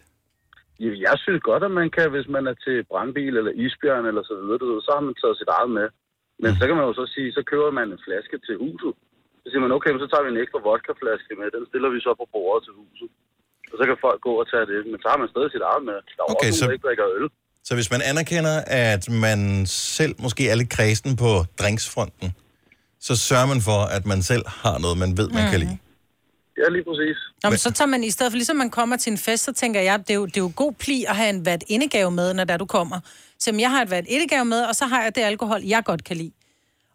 Jamen, Jeg synes godt, at man kan, hvis man er til brandbil eller isbjørn eller så videre, du ved, så har man taget sit eget med. Men
Mm.
så kan man jo så sige, så køber man en flaske til huset. Så siger man, okay, men så tager vi en ekstra vodkaflaske med, den stiller vi så på bordet til huset. Og så kan folk gå og tage det, men så har man stadig sit eget med. Der er okay,
Okay,
også nogen,
så-
der ikke drikker øl.
Så hvis man anerkender, at man selv måske er lidt kredsen på drinksfronten, så sørger man for, at man selv har noget, man ved, man mm. kan
Mhm.
lide.
Ja, lige præcis.
Nå, men så tager man, i stedet for ligesom man kommer til en fest, så tænker jeg, det er jo, det er jo god pli at have en vat indegave med, når der du kommer. Så jamen, jeg har et vat indegave med, og så har jeg det alkohol, jeg godt kan lide.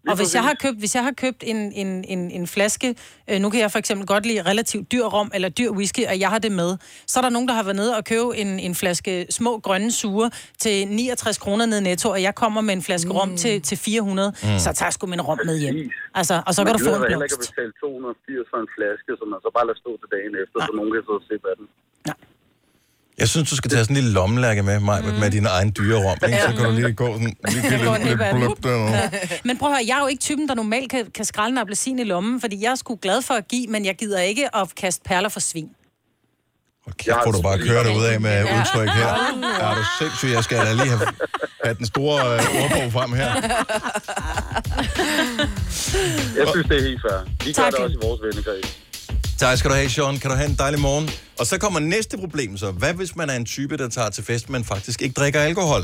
Og hvis jeg, har købt, hvis jeg har købt en, en, en, en flaske, øh, nu kan jeg for eksempel godt lide relativt dyr rom eller dyr whisky, og jeg har det med, så er der nogen, der har været nede og købe en, en flaske små grønne sure til 69 kroner ned i netto, og jeg kommer med en flaske mm. rom til, til 400, mm.
Mm.
så tager jeg sgu min rom med hjem. Altså, og så kan
man
du få
gider
en
da heller ikke
blomst.
at betale 280 for en flaske, som man så bare lader stå til dagen efter, så nogen kan sidde og se af den.
Jeg synes, du skal tage sådan en lille lommelærke med mig, mm. med din egen dyrerom. Ikke? Så kan du lige gå sådan lige
Jeg Mhm. går
lidt, lidt
en hip af den.
blup derovre.
Ja. Men prøv at høre, jeg er jo ikke typen, der normalt kan, kan skrælle en appelsin i lommen, fordi jeg er sgu glad for at give, men jeg gider ikke at kaste perler for svin.
Kæft, får du bare køre dig ud af med
Ja.
udtryk her. Er du sindssyg? Jeg skal da lige have, have den store øh, ordbog frem her.
Jeg synes, det er helt fair. Vi gør
Tak.
det også i vores vennekreds.
Tak skal du have, Sean. Kan du have en dejlig morgen? Og så kommer næste problem så. Hvad hvis man er en type, der tager til fest, men faktisk ikke drikker alkohol?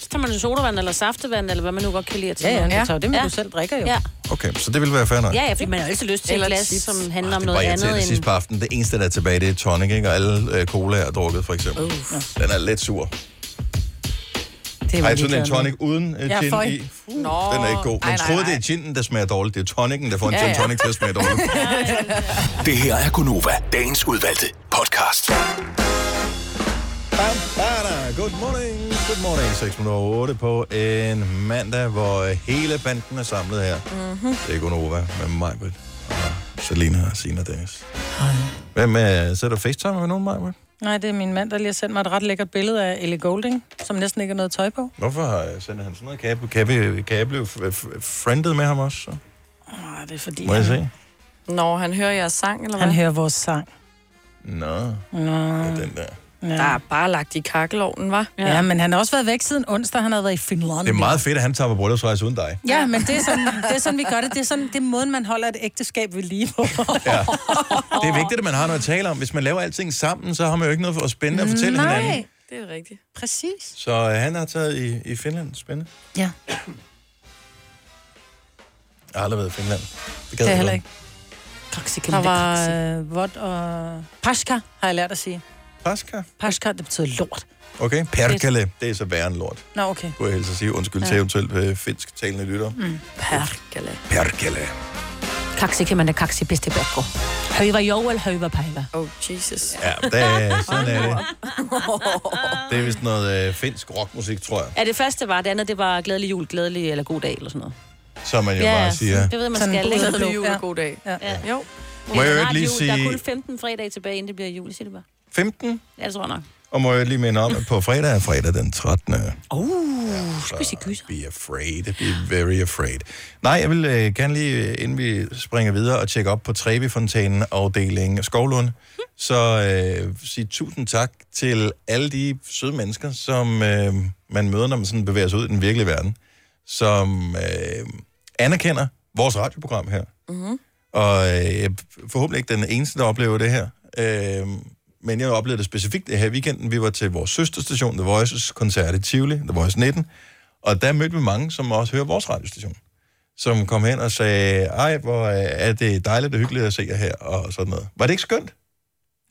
Så tager man en sodavand eller saftevand, eller hvad man nu godt kan lide at tage.
Ja, ja,
med.
du tager jo det med, du selv drikker jo.
Ja,
Okay, så det vil være fair nok.
ja, ja fordi man har altid lyst til et
Eller
glas,
chips.
som handler om
Det var
noget
irriterende
andet
end... sidst
end...
på aftenen. Det eneste, der er tilbage, det er tonic, ikke? Og alle øh, cola er drukket, for eksempel. Uff. Den er lidt sur.
Det
Ej, sådan en tonic uden øh, gin i.
Nå,
Den er ikke god. Man
ej, nej,
troede,
nej.
det er ginen, der smager dårligt. Det er tonicen, der får en
Ja,
gin
ja.
tonic til at smage dårligt.
Det her er Gunova, dagens udvalgte podcast.
Bam, bada. Good morning. Good morning. 608 på en mandag, hvor øh, hele banden er samlet her.
Mhm.
Det er Gunova med mig, Britt, og Selina og Sina Dennis. Hvem øh, er, så er der facetime med nogen, Maja?
Nej, det er min mand, der lige har sendt mig et ret lækkert billede af Ellie Golding, som næsten ikke har noget tøj på.
Hvorfor har jeg sendt han sådan noget? Kan jeg, kan jeg, kan jeg blive f- f- friendet med ham også? Så?
Nej, Ah, det er fordi...
Må jeg se?
Når han hører jeres sang, eller hvad?
Han hører vores sang.
Nå,
Nå.
det er den der.
Ja.
Der er bare lagt i kakkelovnen, var.
Ja. ja, men han har også været væk siden onsdag. Han har været i Finland.
Det er meget fedt, at han tager på bryllupsrejse uden dig.
Ja, men det er, sådan, det er sådan, vi gør det. Det er sådan, det er måden, man holder et ægteskab ved lige på.
Det er vigtigt, at man har noget at tale om. Hvis man laver alting sammen, så har man jo ikke noget for at spændende at fortælle
Nej.
hinanden.
Det er rigtigt.
Præcis.
Så øh, han har taget i, i Finland. Spændende.
Ja.
Jeg har aldrig været i Finland. Det
Det er
jeg
heller
godt.
ikke. Koksikken,
Der
der
var,
var øh, vod og... Paska, har jeg lært at sige.
Paska?
Paska, det betyder lort.
Okay, perkele, det er så værre end lort.
Nå, okay.
Kunne jeg helst sige. Undskyld til
Ja.
eventuelt øh, finsk talende lytter.
Mm.
Perkele.
Perkele.
Kaksi kan man da kaksi bedste bærko. Højver jo, eller højver pejver.
Oh, Jesus.
Ja, det er, sådan er det. Det er vist noget øh, finsk rockmusik, tror jeg.
Ja, det første var, det andet, det var glædelig jul, glædelig eller god dag, eller sådan noget.
Som man jo ja, bare siger.
Det ved jeg, man
Sådan
skal.
en
ikke?
glædelig jul og god dag.
Ja.
Ja. Jo.
Må jeg
Ja,
jo
snart
ikke lige
jul. Der er kun
sige
15 fredag tilbage, inden det bliver jul, siger det bare.
15?
Ja, det tror jeg nok.
Og må jeg lige minde om, at på fredag er fredag den 13.
Uh,
spise gyser. Be afraid, be very afraid. Nej, jeg vil øh, gerne lige, øh, inden vi springer videre og tjekker op på Trevi-fontænen afdeling Skovlund, så øh, sige tusind tak til alle de søde mennesker, som øh, man møder, når man sådan bevæger sig ud i den virkelige verden, som øh, anerkender vores radioprogram her.
Mm-hmm.
Og øh, jeg er forhåbentlig ikke den eneste, der oplever det her. Øh, men jeg oplevede det specifikt her i weekenden. Vi var til vores søsterstation, The Voices koncert i Tivoli, The Voice 19. Og der mødte vi mange, som også hører vores radiostation. Som kom hen og sagde, ej, hvor øh, er det dejligt og hyggeligt at se jer her, og sådan noget. Var det ikke skønt?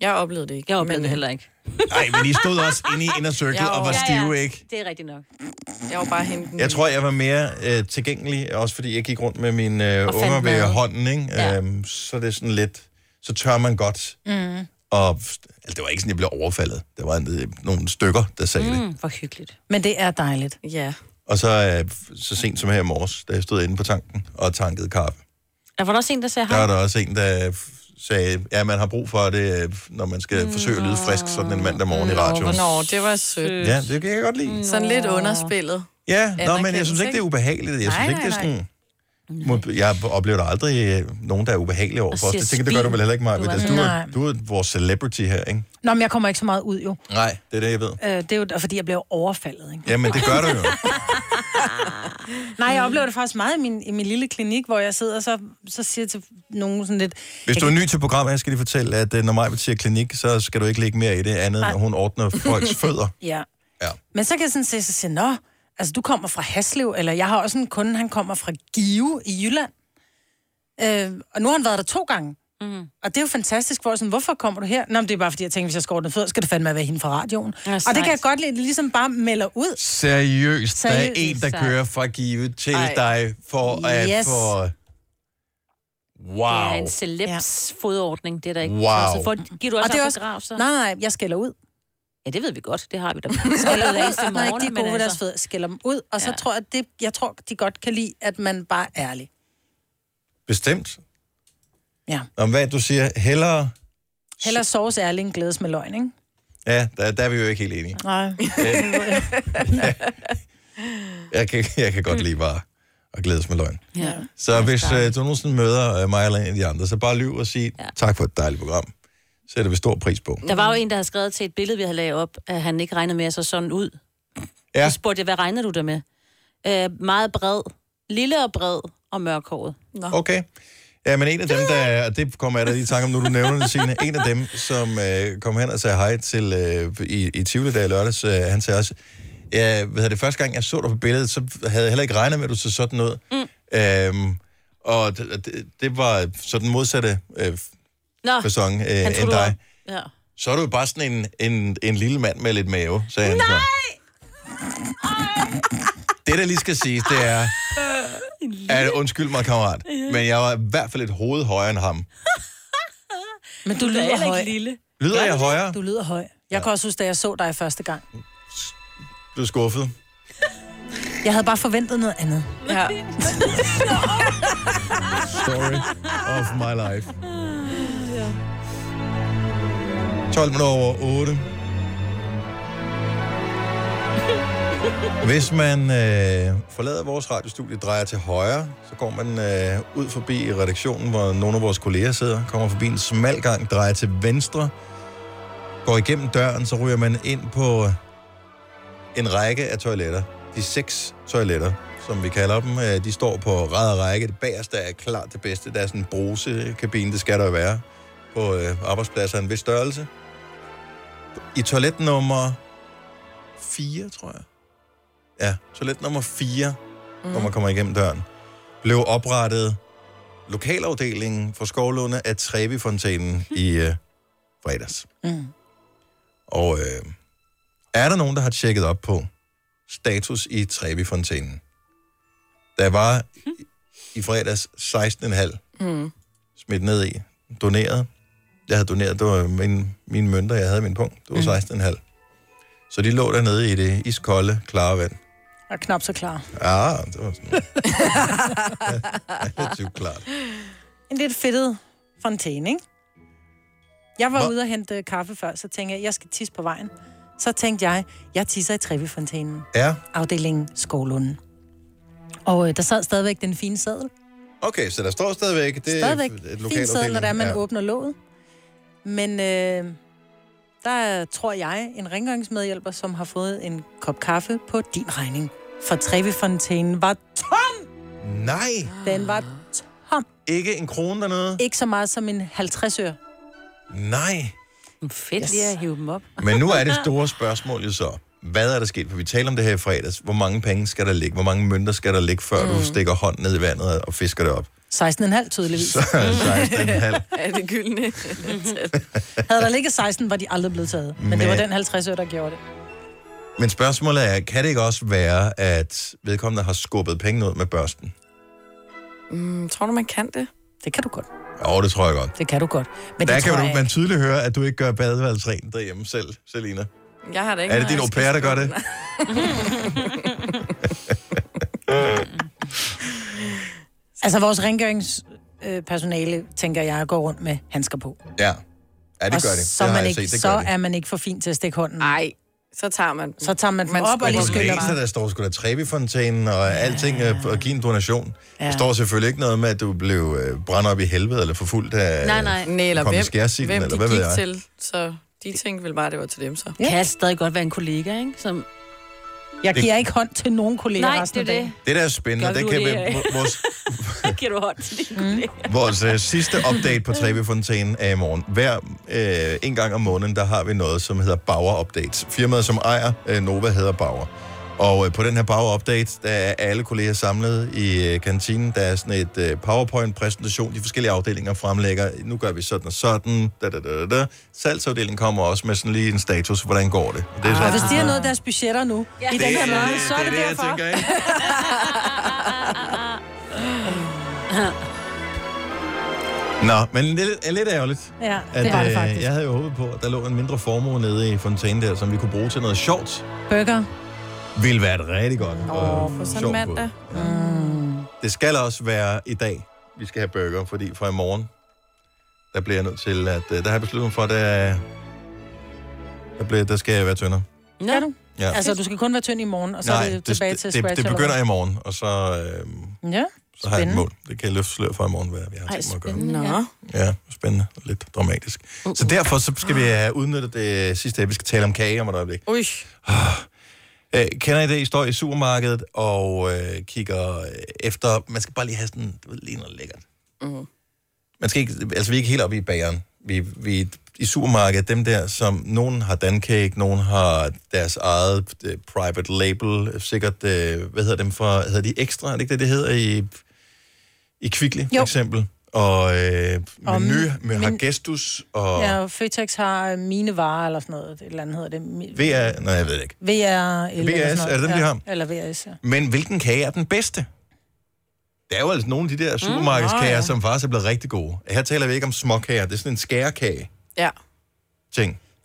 Jeg oplevede det ikke. øh,
Jeg oplevede det heller ikke.
Nej, men I stod også inde i Inner Circle og var stive, ikke?
Det er rigtigt nok.
Jeg var bare henten.
Jeg tror, jeg var mere øh, tilgængelig, også fordi jeg gik rundt med mine øh,
Og fandt
unger ved
mad.
hånden, ikke? Ja. Øhm, så er det er sådan lidt, så tør man godt.
Mm.
Og altså, det var ikke sådan, jeg blev overfaldet. Der var en, nogle stykker, der sagde mm. det.
Mm, hvor hyggeligt.
Men det er dejligt.
Ja.
Og så, øh, så sent som her i morges, da jeg stod inde på tanken og tankede kaffe,
Der var der også en, der sagde
der var
hej.
der også en, der øh, sagde, ja, man har brug for det, øh, når man skal forsøge at lyde frisk sådan en mandag morgen i radioen.
Mm. Nå, det var sødt.
Ja, det kan jeg godt lide.
Sådan lidt underspillet.
Ja, nå, men jeg
Anerkendelse,
synes ikke, det er
ikke?
ubehageligt. Jeg synes
Nej,
ikke, det er
nej,
sådan... Må- Jeg oplever der aldrig øh, nogen, der er ubehagelige over
Og
for os.
siger
Det tænker, det gør du vel heller ikke, Maja.
Du
Du,
er-
altså, du, er,
Nej.
du er vores celebrity her, ikke?
Nå, men jeg kommer ikke så meget ud, jo.
Nej, det er det, jeg ved.
Øh, det er jo fordi, jeg blev overfaldet, ikke?
Jamen, det gør du jo.
Nej,
Mm.
jeg oplever det faktisk meget i min, i min lille klinik, hvor jeg sidder, og så, så siger jeg til nogen sådan lidt...
Hvis
jeg
du er
kan-
ny til programmet, jeg skal lige fortælle, at øh, når Maja siger klinik, så skal du ikke lægge mere i det andet,
Nej.
end at hun ordner folks fødder.
Ja.
Ja.
Men så kan jeg sådan se, så siger, nå, altså du kommer fra Haslev, eller jeg har også en kunde, han kommer fra Give i Jylland. Øh, og nu har han været der to gange.
Mm.
Og det er jo fantastisk, hvor jeg sådan, hvorfor kommer du her? Nå, men det er bare fordi, jeg tænkte, hvis jeg skal ordne fødder, skal det fandme være hende fra radioen. Ja, og det kan jeg godt lide, at det ligesom bare melder ud.
Seriøst, der er
Seriøst,
en, der
sejt.
kører fra Give til
Ej.
dig for at
Yes.
få...
Det er
Wow.
en celebs ja. fodordning, det er der ikke.
Wow.
Så, så får, giver du
Og
også,
det er også-
autograf, så?
Nej, nej, jeg skælder ud.
Ja, det ved vi godt. Det har vi da.
skælder
Skælder
ud
hver eneste
Nej,
morgen,
de er gode
men
ved deres
altså-
fødder, skælder dem ud. Og så
Ja.
tror jeg, at det, jeg tror, de godt kan lide, at man bare er ærlig.
Bestemt.
Ja.
Om hvad du siger, hellere...
Heller soves ærlig end glædes med løgn, ikke?
Ja, der, der er vi jo ikke helt enige.
Nej.
Jeg kan, jeg kan godt lide bare at glædes med løgn.
ja.
Så hvis øh, du nogensinde møder øh, mig eller en af de andre, så bare lyv og sig ja. tak for et dejligt program. Sætter vi stor pris på.
Der var jo en, der havde skrevet til et billede, vi havde lavet op, at han ikke regnede med at så sådan ud.
Ja.
Så spurgte jeg, hvad regner du der med? Øh, meget bred. Lille og bred og mørkhåret. Nå.
Okay. Ja, men en af dem, der, er- og det kommer jeg da lige i tanke om, nu du nævner det, Signe, en af dem, som øh, kom hen og sagde hej til øh, i, i Tivoli dag i lørdags, øh, han sagde også, ja, hvad hedder det, første gang jeg så dig på billedet, så havde jeg heller ikke regnet med, at du så sådan ud. Mm. Øhm, og det, det- det var så den modsatte øh,
Nå,
fasong øh,
han
end
troede, du
dig.
var- Ja.
Så er du jo bare sådan en, en, en lille mand med lidt mave, sagde han så. Det, der lige skal siges, det er, at undskyld mig, kammerat, men jeg var i hvert fald et hoved højere end ham.
Men du
er
lyder
heller ikke
høj.
lille.
Lyder jeg højere?
Du lyder høj. Jeg kan også huske, da jeg så dig første gang.
Blev skuffet.
Jeg havde bare forventet noget andet.
Ja.
Story of my life. 12 minutter over 8. Hvis man øh, forlader vores radiostudie, drejer til højre, så går man øh, ud forbi redaktionen, hvor nogle af vores kolleger sidder, kommer forbi en smal gang, drejer til venstre, går igennem døren, så ryger man ind på en række af toiletter. De seks toiletter, som vi kalder dem, øh, de står på ræd og række. Det bagerste er klart det bedste. Der er sådan en brusekabine, det skal der jo være, på øh, arbejdspladser af en vis størrelse. I toilet nummer 4, tror jeg. Ja, toilet nummer 4, mm. når man kommer igennem døren, blev oprettet lokalafdelingen for skovlåne af Trevi-fontænen i øh, fredags.
Mm.
Og øh, er der nogen, der har tjekket op på status i Trevi-fontænen? Der var i- i fredags 16,5
Mm.
smidt ned i, doneret. Jeg havde doneret, det var min, mine mønter, jeg havde i min punkt. Det
Mm.
var 16,5. Så de lå dernede i det iskolde, klare vand.
Jeg er knap så klar.
Ja, det var sådan relativt klart.
En lidt fedtet fontæne, ikke? Jeg var ude og hente kaffe før, så tænkte jeg, jeg skal tisse på vejen. Så tænkte jeg, jeg tisser i Trevifontænen.
Ja,
Afdelingen Skovlunden. Og øh, der sad stadigvæk den fine sædel.
okay, så der står stadigvæk, det
stadigvæk
er et
fin
lokalt
sædel, når det er, man
ja.
ja. åbner låget. Men øh, der er, tror jeg, en rengøringsmedhjælper, som har fået en kop kaffe på din regning. For Trevifontænen var tom!
Nej,
Den var tom.
ikke en krone dernede.
Ikke så meget som en 50 øre.
Nej.
Fedt yes. lige at hive dem op.
Men nu er det store spørgsmål jo så, hvad er der sket? For vi taler om det her i fredags. Hvor mange penge skal der ligge? Hvor mange mønter skal der ligge, før mm. du stikker hånden ned i vandet og fisker det op?
16,5 tydeligvis.
Så 16,5.
Er det gyldne?
Havde der ligget 16, var de aldrig blevet taget. Men, Men det var
Men-
den 50 øre, der gjorde det.
Men spørgsmålet er, kan det ikke også være, at vedkommende har skubbet penge ud med børsten?
Mm, tror du, man kan det?
Det kan du godt.
Jo, det tror jeg godt.
Det kan du godt. Men
der
det
kan
tror
du,
jeg
man tydeligt høre, at du ikke gør badeværelsesrent derhjemme selv, Selina.
Jeg har da ikke
Er det din au pair, der gør det?
Altså, vores rengøringspersonale, tænker jeg, går rundt med handsker på.
Ja. Ja, det gør
Og
det.
Så,
det har
er man
jeg
ikke,
set. Det
så
gør det.
er man ikke for fin til at stikke hånden.
Nej, så tager man
Så tager man dem man op og lige
Og
skyller
læser,
bare.
der står sgu da Trevi-fontænen og ja. alting, øh, og give en donation. Ja. Der
Ja.
står selvfølgelig ikke noget med, at du blev øh, brændt op i helvede, eller forfulgt af...
Nej, nej. nej eller
kom i
hvem,
skærsilden,
hvem
eller
de
hvad ved
gik
jeg?
til, så de tænkte vel bare, det var til dem så.
Ja. Kan stadig godt være en kollega, ikke? Som...
Jeg
Det-
giver ikke hånd til nogen kolleger
Nej,
resten af
det er
dagen.
Det der er spændende,
Gør
det
du
kan
det,
være
øh?
vores,
Giver du hånd til dine
Mm.
kollegaer?
vores øh, sidste update på Trevi-fontænen er i morgen. Hver øh, en gang om måneden, der har vi noget, som hedder Bauer Updates. Firmaet, som ejer øh, Nova, hedder Bauer. Og øh, på den her Bauer Update, der er alle kolleger samlet i øh, kantinen. Der er sådan et øh, PowerPoint-præsentation, de forskellige afdelinger fremlægger. Nu gør vi sådan og sådan. Da, da, da, da, da. Salgsafdelingen kommer også med sådan lige en status. Hvordan går det? det er
Og
sådan-
Ah, hvis de har noget af deres budgetter nu, ja. i
Det
den her
er-
måned, så er det,
det er det, jeg
derfor.
tænker, Nå, men lidt, er lidt ærgerligt.
Ja,
at,
det var det
øh,
faktisk.
Jeg havde jo håbet på, at der lå en mindre formue nede i fontænen der, som vi kunne bruge til noget sjovt.
Burger.
Ville være et rigtig godt og
På sådan en
sjovt bud.
mandag.
Mm.
Det skal også være i dag, vi skal have burger, fordi fra i morgen, der bliver jeg nødt til at... øh, Der har jeg besluttet mig for, at der er Der, bliver, der skal jeg være tyndere.
Nå. Er du?
Ja.
Ja. Altså, du skal kun være tynd i morgen, og så Nej, er det tilbage til
det,
scratch.
det, det
eller
begynder
hvad?
i morgen, og så, øh,
Ja.
så har jeg et mål. Det kan jeg løfte slør for i morgen, hvad vi har
Ej,
tænkt mig at gøre.
spændende. Nå.
Ja, spændende. Lidt dramatisk.
Uh,
Så derfor så skal vi have udnyttet det sidste. Vi skal tale om kage om et øjeblik.
Ui.
Øh, kender I det, I står i supermarkedet og øh, kigger efter... Man skal bare lige have sådan, du ved, lige noget lækkert.
Mm-hmm.
Mm.
Man skal ikke, altså, vi er ikke helt oppe i bageren. Vi, vi er i supermarkedet, dem der, som nogen har Dancake, nogen har deres eget øh, private label, øh, sikkert, øh, hvad hedder dem fra, hedder de Ekstra, er det ikke det, det hedder i, i Kvickly, for eksempel? Og øh,
Og
Meny
min-
med har Gestus, og
Ja, og Føtex har øh, mine varer, eller sådan noget. Et eller andet hedder det. Mi-
VR, nej, jeg ved det ikke.
VR, eller
VRS,
sådan
er
noget.
det dem,
ja.
de har?
Eller VRS, ja.
Men hvilken kage er den bedste? Der er jo altså nogle af de der supermarkedskager, mm,
nå,
ja.
ja.
som faktisk er blevet rigtig gode. Her taler vi ikke om småkager, det er sådan en skærekage-ting.
Ja.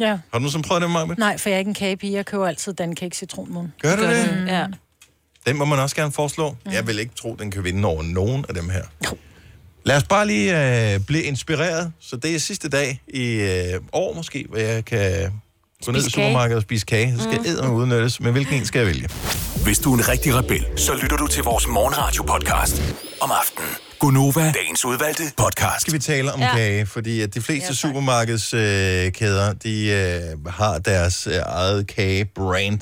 ja.
Har du nogensinde prøvet den, Marbe?
Nej, for jeg er ikke en kagepige. Jeg køber altid Dancake citronmund.
Gør du det?
Mm. Ja.
Den må man også gerne foreslå. Mm. Jeg vil ikke tro, den kan vinde over nogen af dem her. Lad os bare lige øh, blive inspireret. Så det er sidste dag i øh, år måske, hvor jeg kan gå ned i
kage.
supermarkedet og spise kage. Så skal
Mm.
mm. eddermed udnyttes, men hvilken en skal jeg vælge?
Hvis du er en rigtig rebel, så lytter du til vores morgenradio-podcast om aftenen. Gunova, dagens udvalgte podcast.
Skal vi tale om ja.
Ja.
kage? Fordi at de fleste ja, supermarkedskæder, øh, kæder, de øh, har deres øh, eget kagebrand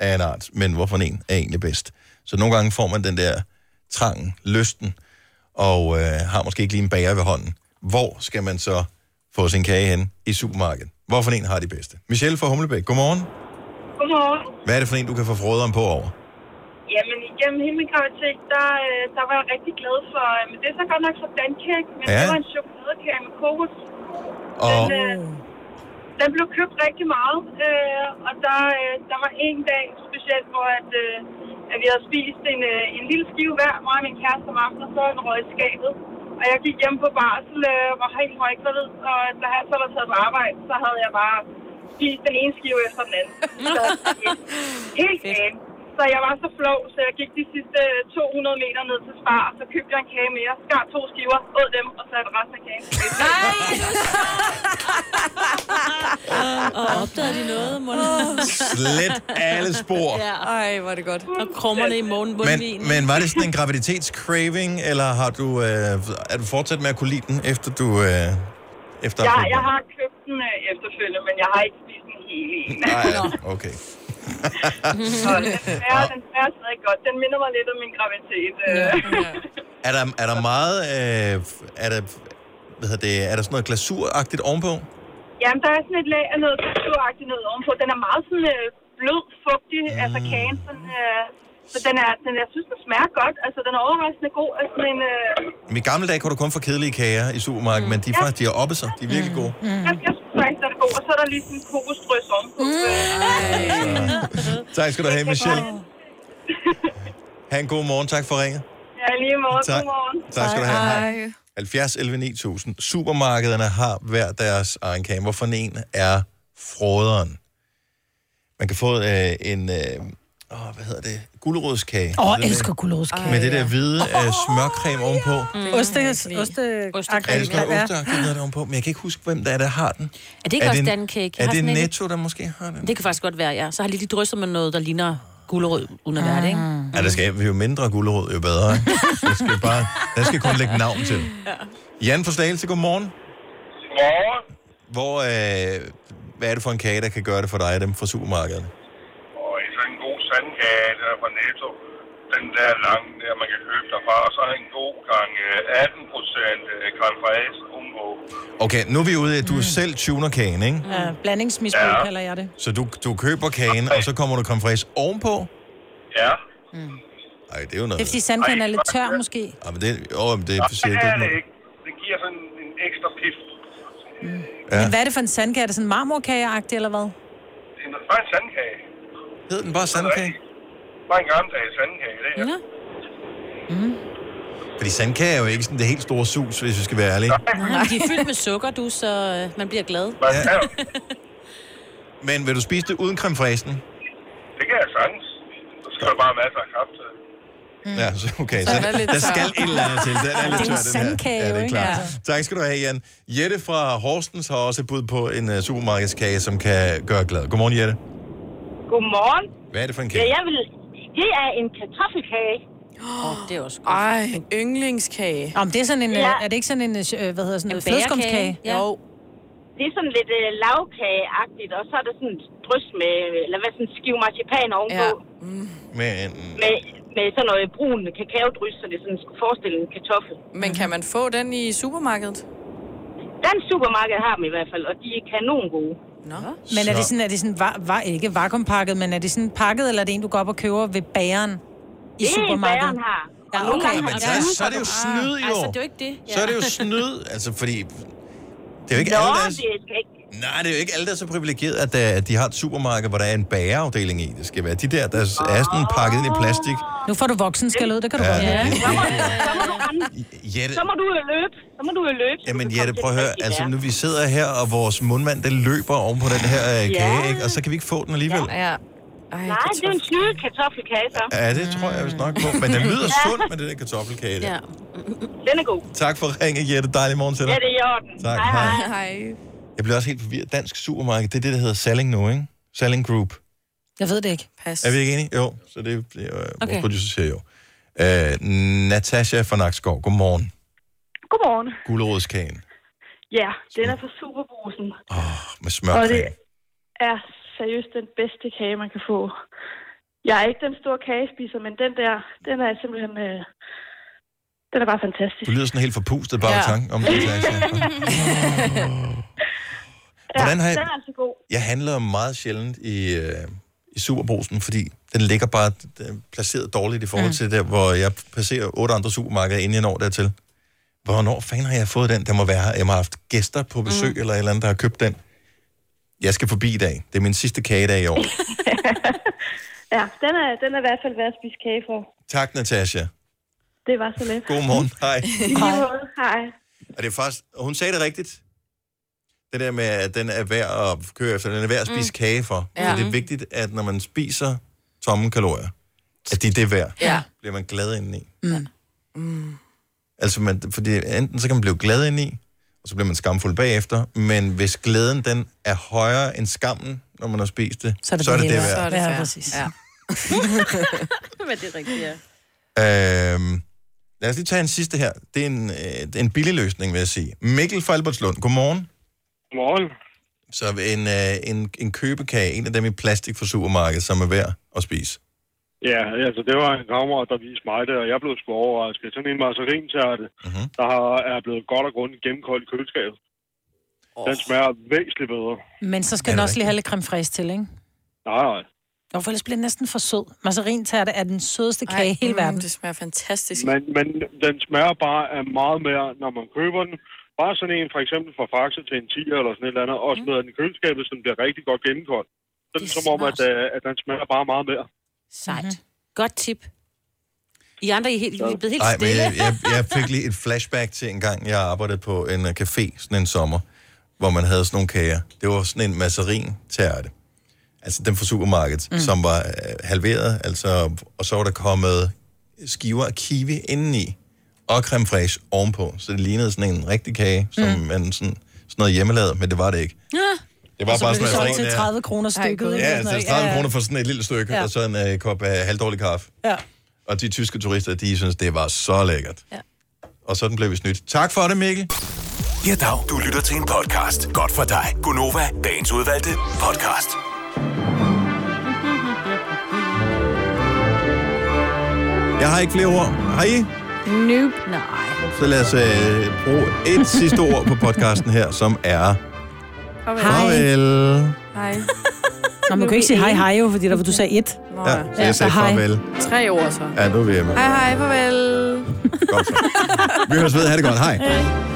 af en art. Men hvorfor en er egentlig bedst? Så nogle gange får man den der trangen, lysten, og øh, har måske ikke lige en bager ved hånden. Hvor skal man så få sin kage hen i supermarkedet? Hvorfor en har de bedste? Michelle fra Humlebæk, godmorgen.
Godmorgen.
Hvad er det for en, du kan få froderen på over?
Jamen, igennem hele min graviditet, der, øh, der var jeg rigtig glad for... øh, Men det er så godt nok for dancake, men
Ja.
ja. det var en chokoladekage med kokos.
Og,
Den, øh, den blev købt rigtig meget, øh, og der, øh, der var en dag specielt, hvor at, øh, at vi havde spist en, øh, en lille skive hver, mig og min kæreste om aftenen, og så var den røget i skabet. Og jeg gik hjem på barsel, øh, var helt højgravid, og da jeg så var taget på arbejde, så havde jeg bare spist den ene skive efter den anden. Så, øh, helt galt. Så jeg var så flov, så jeg gik de sidste øh, 200 meter ned til Spar, og så købte jeg en kage mere, skar to skiver, åd dem, og satte resten af kagen. Nej!
Og opdagede de noget, må
Slet alle spor.
Ja.
Ej, hvor er det godt.
Og krummerne i morgen
men, men var det sådan en graviditetscraving, eller har du, øh, er du fortsat med at kunne lide den, efter du... Øh, efter
Ja, jeg har købt den øh, efterfølgende, men jeg har ikke spist den hele i.
Nej, okay.
Så den smager, den smager stadig godt. Den minder mig lidt om min graviditet. øh.
Er der, er der meget... Øh, er der, hvad hedder det, er der sådan noget glasuragtigt ovenpå?
Jamen, der er sådan et lag af noget kulturagtigt noget ovenpå. Den er meget sådan øh, blød, fugtig, mm. altså kagen. Sådan, øh, så den er, den, jeg synes, den smager godt. Altså, den er overraskende god. Altså, sådan en, øh,
I gamle dage kunne du kun få kedelige kager i supermarkedet, mm. men de er faktisk, de har oppe sig. De er virkelig gode.
jeg, jeg synes faktisk, den er god. Og så er der lige sådan en kokosdrys ovenpå. Øh,
Tak skal du have, Michelle. Ha' en god morgen. Tak for ringet.
Ja, lige måde.
Tak.
Godmorgen.
Tak skal du have. Hej. 70 11 9000. Supermarkederne har hver deres egen kage. Hvorfor en er froderen? Man kan få øh, en, øh, åh, hvad hedder det, gulerodskage.
Åh,
Det
oh,
der-
elsker gulerodskage.
Med det der hvide øh, smørcreme ovenpå.
Mm. Oste, oste,
Er det sådan noget osteagtigt noget der ovenpå? Men jeg kan ikke huske, hvem der er, der har den.
Er det ikke også
en-
Dancake?
Er
Har
det
sådan en-
Netto, der måske har den?
Det kan faktisk godt være, ja. Så har de lige drysset med noget, der ligner gulerød under hvert, ikke?
Ja, der skal jo mindre gulerod, jo bedre. ikke? Der skal, bare, der skal kun lægge navn til. Jan fra Slagelse, godmorgen.
Godmorgen.
Hvor, øh, hvad er det for en kage, der kan gøre det for dig, dem fra supermarkedet?
Og en sådan en god sandkage der fra Netto. Den der lange der, man kan købe derfra. Og så en god gang øh, 18 procent creme fraise ovenpå.
Okay, nu er vi ude i, at du mm. selv tuner kagen, ikke?
Ja, blandingsmisbrug
Ja.
ja. kalder jeg det.
Så du, du køber kagen, og så kommer du creme fraise ovenpå?
Ja.
Mm.
Nej, det er jo noget.
Det er fordi sandkagen er lidt tør, måske.
Ja, men det, åh, men det siger
Det
ikke
er det
noget.
ikke. Det giver sådan en ekstra pif.
Ja.
Men hvad er det for en sandkage? Er det sådan marmorkage eller hvad?
Det er bare en sandkage.
Hed den bare sandkage?
Bare en gammeldags sandkage, det her.
Ja.
Fordi sandkage er jo ikke sådan det helt store sus, hvis vi skal være ærlige.
Nej, men de er fyldt med sukker, du, så øh, man bliver glad.
Ja. Men vil du spise det uden creme fraisen?
Det kan jeg sagtens. Så skal der bare masser af kraft til.
Ja, så- okay,
Mm. Så
så
den er lidt
der
tør.
skal et eller andet til. Den
Det
er
er
lidt
en
tør, den her.
sandkage,
Ja, det er
ikke?
klart.
Altså.
Tak skal du have, Jan. Jette fra Horsens har også et bud på en uh, supermarkedskage, som kan gøre glad. Godmorgen, Jette.
Godmorgen.
Hvad er det for en
Ja,
kage?
jeg vil... Det er en kartoffelkage.
Åh, oh,
det er også
godt. Ej, en yndlingskage.
Om det er sådan en,
Ja.
ja. er det ikke sådan en, øh, hvad hedder sådan en,
En
flødeskumskage?
bagerkage, ja. Jo. Det er sådan lidt øh, lavkageagtigt, og så er der sådan et drys med, eller hvad sådan en skive marcipan ovenpå, ja.
Men,
med, med sådan noget brun kakaodrys, så det sådan skulle forestille en kartoffel.
Men kan man få den i supermarkedet?
Den supermarked har dem i hvert fald, og de er kanon gode.
Nå.
Men er det sådan, er det sådan var, var, ikke vakuumpakket, men er det sådan pakket, eller er det en, du går op og køber ved bageren i
Det er en,
supermarkedet?
bageren har.
Ja,
Og
okay.
nogle gange
Jamen,
har
så,
de også
så er det jo snyd, jo.
Altså, det er jo ikke det.
Så er det jo snyd, altså, fordi... Det er jo ikke alle, der er,
det skal ikke.
nej, det er jo ikke alle, der er så privilegeret, at, øh, at de har et supermarked, hvor der er en bagerafdeling i. Det skal være de der, der er sådan pakket ind i plastik.
Nu får du voksen skal ud, det kan du
Ja,
godt.
det-
Så må, du- så må du rende.
Jette,
Så må du jo løbe. Så må du jo løbe. så du
Jamen
kan
Jette,
komme
prøv at
til
høre,
det rigtige
altså
vejr.
nu vi sidder her, og vores mundmand, den løber oven på den her øh,
Ja.
kage, ikke? og så kan vi ikke få den alligevel.
Ja. Ej, Nej, det er jo en snyde kartoffelkage, så.
Ja, det tror jeg vist nok på, men den lyder
Ja.
sund med den der kartoffelkage. der.
Ja. Den er god.
Tak for ringe, Jette. Dejlig morgen til dig.
Ja, det er i orden.
Tak,
hej,
hej.
hej. hej.
Jeg bliver også helt forvirret. Dansk supermarked, det er det, der hedder Salling nu, ikke? Salling Group.
Jeg ved det ikke.
Pas.
Er vi ikke enige? Jo, så det bliver øh, okay.
Okay.
vores producer siger jo. Øh, Natasha fra Nakskov, godmorgen.
Godmorgen.
Gulerodskagen
Ja, den er fra Superbrusen.
med
Og
smørkrem.
det er seriøst den bedste kage, man kan få. Jeg er ikke den store kagespiser, men den der, den er simpelthen... Øh, den er bare fantastisk.
Du lyder sådan helt forpustet bare ja. tanken om Natasha.
ja,
Hvordan har I-
den er altså god.
Jeg handler meget sjældent i, øh, i Superbrusen, fordi den ligger bare den er placeret dårligt i forhold mm. til der, hvor jeg passerer otte andre supermarkeder, inden jeg når dertil. Hvornår fanden har jeg fået den? Der må være, jeg må have haft gæster på besøg, mm. eller et eller andet, der har købt den. Jeg skal forbi i dag. Det er min sidste kagedag i år.
Ja, den er, den er i hvert fald værd at spise kage for.
tak, Natasha.
Det var så let.
God morgen. Hej.
I lige måde. Hej.
Og det er faktisk, og hun sagde det rigtigt. Det der med, at den er værd at køre efter, den er værd at spise mm. kage for. Ja.
Ja.
Så det er vigtigt, at når man spiser tomme kalorier, at de er det værd.
Ja.
Bliver man glad indeni.
Mm.
Altså, man, fordi enten så kan man blive glad indeni, og så bliver man skamfuld bagefter, men hvis glæden den er højere end skammen, når man har spist det, så er det så er det, det
Så
værd.
er det
fair.
ja, præcis. Ja.
Men det er rigtigt, ja.
Øhm, lad os lige tage en sidste her. Det er en, øh, det er en billig løsning, vil jeg sige. Mikkel fra Albertslund, godmorgen.
Godmorgen.
Så en, øh, en, en købekage, en af dem i plastik fra supermarkedet, som er værd at spise.
Ja, altså det var en kammerat, der viste mig det, og jeg blev sgu overrasket. Sådan en marcerintærte, uh-huh. der har, er blevet godt og grundigt gennemkoldt i køleskabet. Oh. Den smager væsentligt bedre.
Men så skal den også lige have lidt creme fraise til, ikke?
Nej, nej.
Nå, for ellers bliver den næsten for sød. Mazarin-tærte er den sødeste kage i
mm,
hele verden. det smager fantastisk.
Men, men den smager bare af meget mere, når man køber den. Bare sådan en, for eksempel fra Faxe til en 10 eller sådan et eller andet, og smider den i køleskabet, så den bliver rigtig godt gennemkoldt. Sådan som om, at, øh, at den smager bare meget mere.
Sejt.
Mhm.
Godt tip. I andre I er, helt, I er blevet helt
Ej, men
stille.
jeg, jeg, jeg fik lige et flashback til en gang, jeg arbejdede på en øh, café sådan en sommer, hvor man havde sådan nogle kager. Det var sådan en masserin tærte. Altså den fra supermarkedet, mm. som var øh, halveret, altså, og så var der kommet skiver af kiwi indeni, og creme fraiche ovenpå. Så det lignede sådan en rigtig kage, som mm. man sådan, sådan noget hjemmelavet, men det var det ikke.
Ja.
Det var
Og så
bare
blev
sådan
solgt
en
til
ren,
30 kroner stykket. ikke?
Ja,
Sådan noget,
altså 30 kroner for sådan et lille stykke,
Ja.
ja. og så en øh, kop af halvdårlig kaffe.
Ja.
Og de tyske turister, de synes, det var så lækkert. Ja. Og sådan blev vi snydt. Tak for det, Mikkel.
Ja, dag. Du lytter til en podcast. Godt for dig. Gunova, dagens udvalgte podcast.
Jeg har ikke flere ord. Har I?
Nope. Nej.
Så lad os øh, bruge et sidste ord på podcasten her, som er... Farvel.
Hej.
Nå, man kan jo ikke sige hej hej jo, fordi der var du sagde et.
Ja, så jeg sagde
hej.
farvel.
Tre ord så.
Ja, nu er vi hjemme.
Hej, hej, farvel.
Vi høres ved. Ha' det godt. Hej.
Hej.